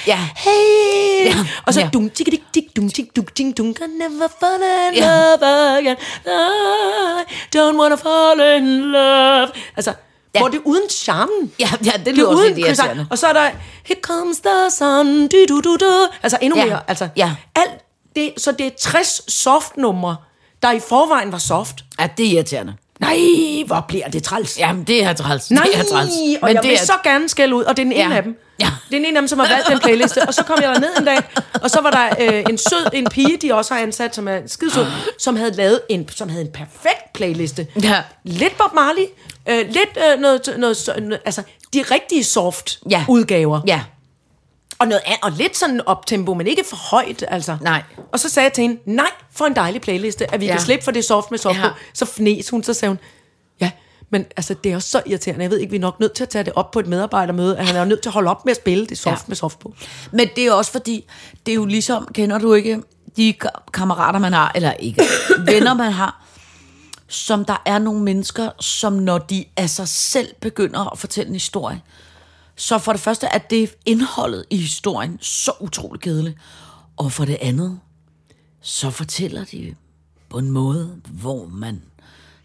Speaker 3: Ja.
Speaker 4: Hey.
Speaker 3: Ja.
Speaker 4: Og så
Speaker 3: Ja.
Speaker 4: dum tik tik tik dum tik dum ting dum can never fall in
Speaker 3: Ja.
Speaker 4: love again. I don't wanna fall in love. Altså, ja.
Speaker 3: Ja.
Speaker 4: hvor det er uden charmen.
Speaker 3: Ja, ja, det
Speaker 4: Det er
Speaker 3: lyder også
Speaker 4: uden
Speaker 3: lidt
Speaker 4: Chris
Speaker 3: irriterende.
Speaker 4: Isaac. Og så er der Here comes the sun. Du, du, du, du. Altså endnu
Speaker 3: Ja.
Speaker 4: mere. Altså,
Speaker 3: Ja.
Speaker 4: alt det, så det er 60 soft numre, der i forvejen var soft.
Speaker 3: Ja, det er irriterende.
Speaker 4: Nej, hvor bliver det træls.
Speaker 3: Jamen, det er træls.
Speaker 4: Nej,
Speaker 3: det er træls.
Speaker 4: og jeg
Speaker 3: det
Speaker 4: vil så gerne skælde ud, og det er den ene
Speaker 3: Ja.
Speaker 4: af dem.
Speaker 3: Ja.
Speaker 4: Det er den ene af dem, som har valgt den playliste. Og så kom jeg derned en dag, og så var der øh, en sød, en pige, de også har ansat, som er skidesød, som havde lavet en, som havde en perfekt playliste.
Speaker 3: Ja.
Speaker 4: Lidt Bob Marley, øh, lidt øh, noget, noget, noget, altså de rigtige soft
Speaker 3: Ja.
Speaker 4: udgaver.
Speaker 3: Ja.
Speaker 4: Og, noget, an- og lidt sådan optempo, men ikke for højt, altså.
Speaker 3: Nej.
Speaker 4: Og så sagde jeg til hende, nej, for en dejlig playliste, at vi ja.
Speaker 3: Ja.
Speaker 4: kan slippe for det soft med soft ja.
Speaker 3: Ja.
Speaker 4: på. Så fnes hun, så sagde hun, ja, men altså, det er også så irriterende. Jeg ved ikke, vi er nok nødt til at tage det op på et medarbejdermøde, at han er jo nødt til at holde op med at spille det soft ja.
Speaker 3: Ja.
Speaker 4: med soft på.
Speaker 3: Men det er også fordi, det er jo ligesom, kender du ikke de ka- kammerater, man har, eller ikke, venner, man har, som der er nogle mennesker, som når de af sig selv begynder at fortælle en historie, så for det første er det indholdet i historien så utrolig kedeligt, og for det andet, så fortæller de på en måde, hvor man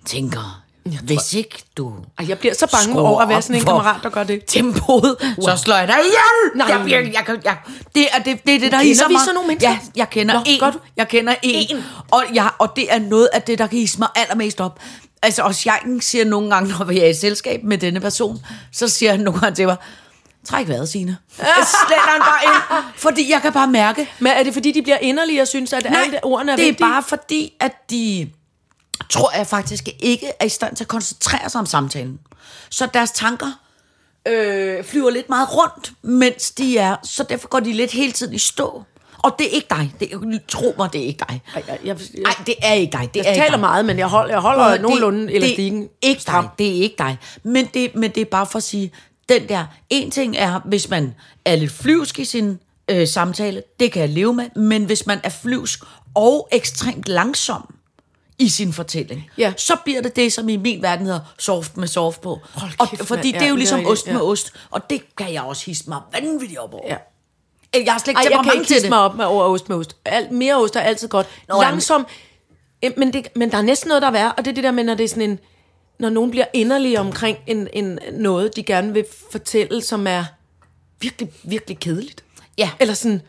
Speaker 3: tænker, hvis ikke du
Speaker 4: Ej, jeg bliver så bange
Speaker 3: Skruer
Speaker 4: over at være
Speaker 3: op
Speaker 4: sådan en
Speaker 3: for-
Speaker 4: kammerat, der gør det.
Speaker 3: tempoet, wow. så slår jeg dig ihjel.
Speaker 4: Nej.
Speaker 3: Nej. Jeg, bliver, jeg, kan- jeg, det er det, det, er det der
Speaker 4: Kender
Speaker 3: hisser
Speaker 4: vi
Speaker 3: mig.
Speaker 4: sådan nogle mennesker?
Speaker 3: Ja, jeg kender
Speaker 4: Nå,
Speaker 3: en.
Speaker 4: gør du?
Speaker 3: Jeg kender en. Og, jeg, og det er noget af det, der kan hisse mig allermest op. Altså, også jeg siger nogle gange, når jeg er i selskab med denne person, så siger han nogle gange til mig, træk vejret, Signe. Jeg Sletter han bare ind, fordi jeg kan bare mærke,
Speaker 4: Men er det, fordi de bliver inderlige og synes, at alle ordene er
Speaker 3: det
Speaker 4: vigtige?
Speaker 3: er bare fordi, at de, tror jeg faktisk, ikke er i stand til at koncentrere sig om samtalen. Så deres tanker øh, flyver lidt meget rundt, mens de er, så derfor går de lidt hele tiden i stå. Og det er ikke dig. Det er, tro mig, det er ikke dig.
Speaker 4: Ej, jeg- jeg-
Speaker 3: Nej, det er ikke dig. Det er
Speaker 4: Jeg
Speaker 3: ikke
Speaker 4: taler
Speaker 3: dig.
Speaker 4: meget, men jeg holder, jeg holder
Speaker 3: Og
Speaker 4: det, nogenlunde elastikken
Speaker 3: det, er ikke
Speaker 4: stram.
Speaker 3: dig, det er ikke dig. Men det, men det er bare for at sige, den der, en ting er, hvis man er lidt flyvsk i sin øh, samtale, det kan jeg leve med, men hvis man er flyvsk og ekstremt langsom i sin fortælling,
Speaker 4: Ja.
Speaker 3: så bliver det det, som i min verden hedder soft med soft på.
Speaker 4: Hold
Speaker 3: og,
Speaker 4: kæft,
Speaker 3: fordi
Speaker 4: mand.
Speaker 3: det er jo
Speaker 4: Ja,
Speaker 3: ligesom
Speaker 4: ja, ja,
Speaker 3: ost
Speaker 4: ja.
Speaker 3: med ost, og det kan jeg også hisse mig vanvittigt op over.
Speaker 4: Ja.
Speaker 3: Jeg har slet ikke
Speaker 4: Ej, jeg kan
Speaker 3: temperament
Speaker 4: ikke
Speaker 3: til
Speaker 4: kisse
Speaker 3: det.
Speaker 4: mig op med over ost med ost. Alt, mere ost er altid godt. Nå,
Speaker 3: Nå, ja, men-
Speaker 4: Langsom. Eh, Men, det, men der er næsten noget, der er værre, og det er det der med, når det er sådan en... Når nogen bliver inderlige omkring en, en noget, de gerne vil fortælle, som er virkelig, virkelig kedeligt.
Speaker 3: Ja.
Speaker 4: Eller sådan...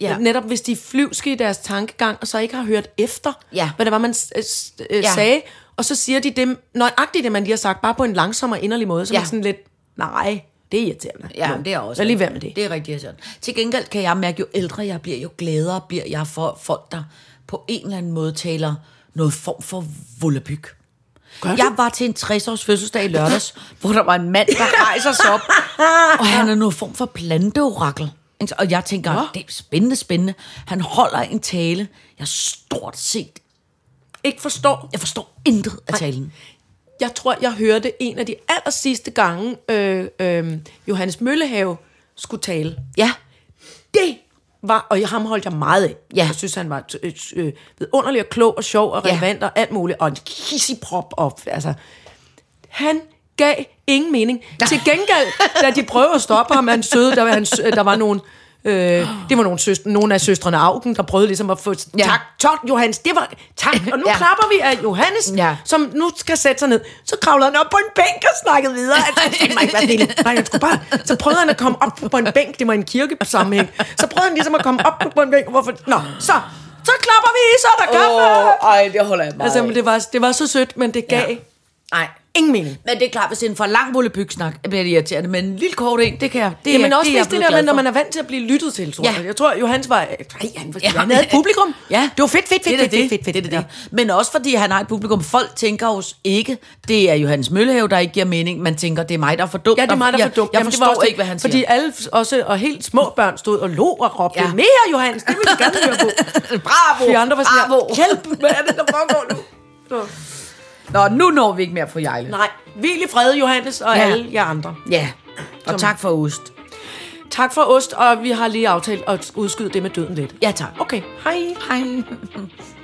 Speaker 4: Ja.
Speaker 3: Ja.
Speaker 4: Netop hvis de er flyvske i deres tankegang, og så ikke har hørt efter,
Speaker 3: Ja.
Speaker 4: hvad det var, man s- øh, s- øh,
Speaker 3: Ja.
Speaker 4: sagde, og så siger de dem, nøjagtigt det, man lige har sagt, bare på en langsom og inderlig måde, så
Speaker 3: Ja.
Speaker 4: man sådan lidt, nej, det er irriterende.
Speaker 3: Ja,
Speaker 4: Nå,
Speaker 3: det er også.
Speaker 4: Lad lige være med det.
Speaker 3: Det er rigtigt, sådan. Til gengæld kan jeg mærke, jo ældre jeg bliver, jo gladere bliver jeg for folk, der på en eller anden måde taler noget form for vullebyg. Jeg var til en 60-års fødselsdag i
Speaker 4: <laughs>
Speaker 3: lørdags, hvor der var en mand, der rejser sig op, og han er noget form for planteorakel. Ikke? Og jeg tænker, det er spændende, spændende. Han holder en tale, jeg stort set,
Speaker 4: Ikke forstår,
Speaker 3: jeg forstår intet af talen.
Speaker 4: jeg tror, jeg hørte en af de aller sidste gange, øh, øh, Johannes Møllehave skulle tale.
Speaker 3: Ja,
Speaker 4: Det var, og jeg, ham holdt jeg meget af.
Speaker 3: Ja.
Speaker 4: Jeg synes, han var øh, øh, underlig og klog og sjov og
Speaker 3: Ja.
Speaker 4: relevant og alt muligt. Og en kisseprop. Og, altså, han gav ingen mening. Til gengæld, da de prøvede at stoppe ham, han søde, der var, han, sø- der var nogen... Øh, det var nogle, søstre, nogle af søstrene Augen, der prøvede ligesom at få... Ja.
Speaker 3: Ja.
Speaker 4: Tak, tak, Johannes, det var...
Speaker 3: <laughs>
Speaker 4: Tak, og nu ja.
Speaker 3: Ja.
Speaker 4: klapper vi af Johannes, ja.
Speaker 3: Ja.
Speaker 4: som nu skal sætte sig ned. Så kravlede han op på en bænk og snakkede videre. Altså, han skulle ikke være stille. Nej, han skulle bare... Så prøvede han at komme op på en bænk. Det var en kirkesammenhæng. Så prøvede han ligesom at komme op på en bænk. Hvorfor? Nå, så, så klapper vi, så er der kaffe.
Speaker 3: ej, det holder jeg meget
Speaker 4: Altså, men det var, det var så sødt, men det gav... Ja.
Speaker 3: Nej.
Speaker 4: ingen mening.
Speaker 3: Men det er klart, hvis det er en for lang vollebygsnak, bliver det irriterende. Men en lille kort en, det kan jeg. Det, er-
Speaker 4: Jamen også
Speaker 3: det, er jeg
Speaker 4: hvis det
Speaker 3: blevet
Speaker 4: der
Speaker 3: glad
Speaker 4: med, når
Speaker 3: for.
Speaker 4: man er vant til at blive lyttet til, tror
Speaker 3: Ja.
Speaker 4: jeg. Jeg tror, Johannes var... Nej, han,
Speaker 3: Ja.
Speaker 4: ja. han havde et publikum.
Speaker 3: Ja.
Speaker 4: Det var fedt, fedt, fedt,
Speaker 3: det er
Speaker 4: fedt,
Speaker 3: det.
Speaker 4: fedt, fedt, fedt,
Speaker 3: det, er det, det. Men også fordi han har et publikum. Folk tænker jo ikke, det er Johannes Møllehave, der ikke giver mening. Man tænker, det er mig, der er for dum.
Speaker 4: Ja, det er mig, der er
Speaker 3: jeg,
Speaker 4: for dumt.
Speaker 3: Jeg,
Speaker 4: Jamen, det var
Speaker 3: forstår
Speaker 4: også det.
Speaker 3: ikke, hvad han
Speaker 4: Fordi
Speaker 3: siger.
Speaker 4: alle f- også, og helt små børn stod og lå og råbte,
Speaker 3: Ja.
Speaker 4: ja. mere Johannes, det ville jeg gerne høre
Speaker 3: <laughs>
Speaker 4: på.
Speaker 3: Bravo!
Speaker 4: Vi andre var sådan
Speaker 3: bravo.
Speaker 4: her, hjælp, hvad er det, der foregår nu? Så.
Speaker 3: Nå, nu når vi ikke mere fru Jejle.
Speaker 4: Nej, hvil i fred, Johannes og
Speaker 3: Ja.
Speaker 4: ja. alle jer andre.
Speaker 3: Ja, og tak for ost.
Speaker 4: Tak for ost, og vi har lige aftalt at udskyde det med døden lidt.
Speaker 3: Ja, tak.
Speaker 4: Okay, hej.
Speaker 3: Hej.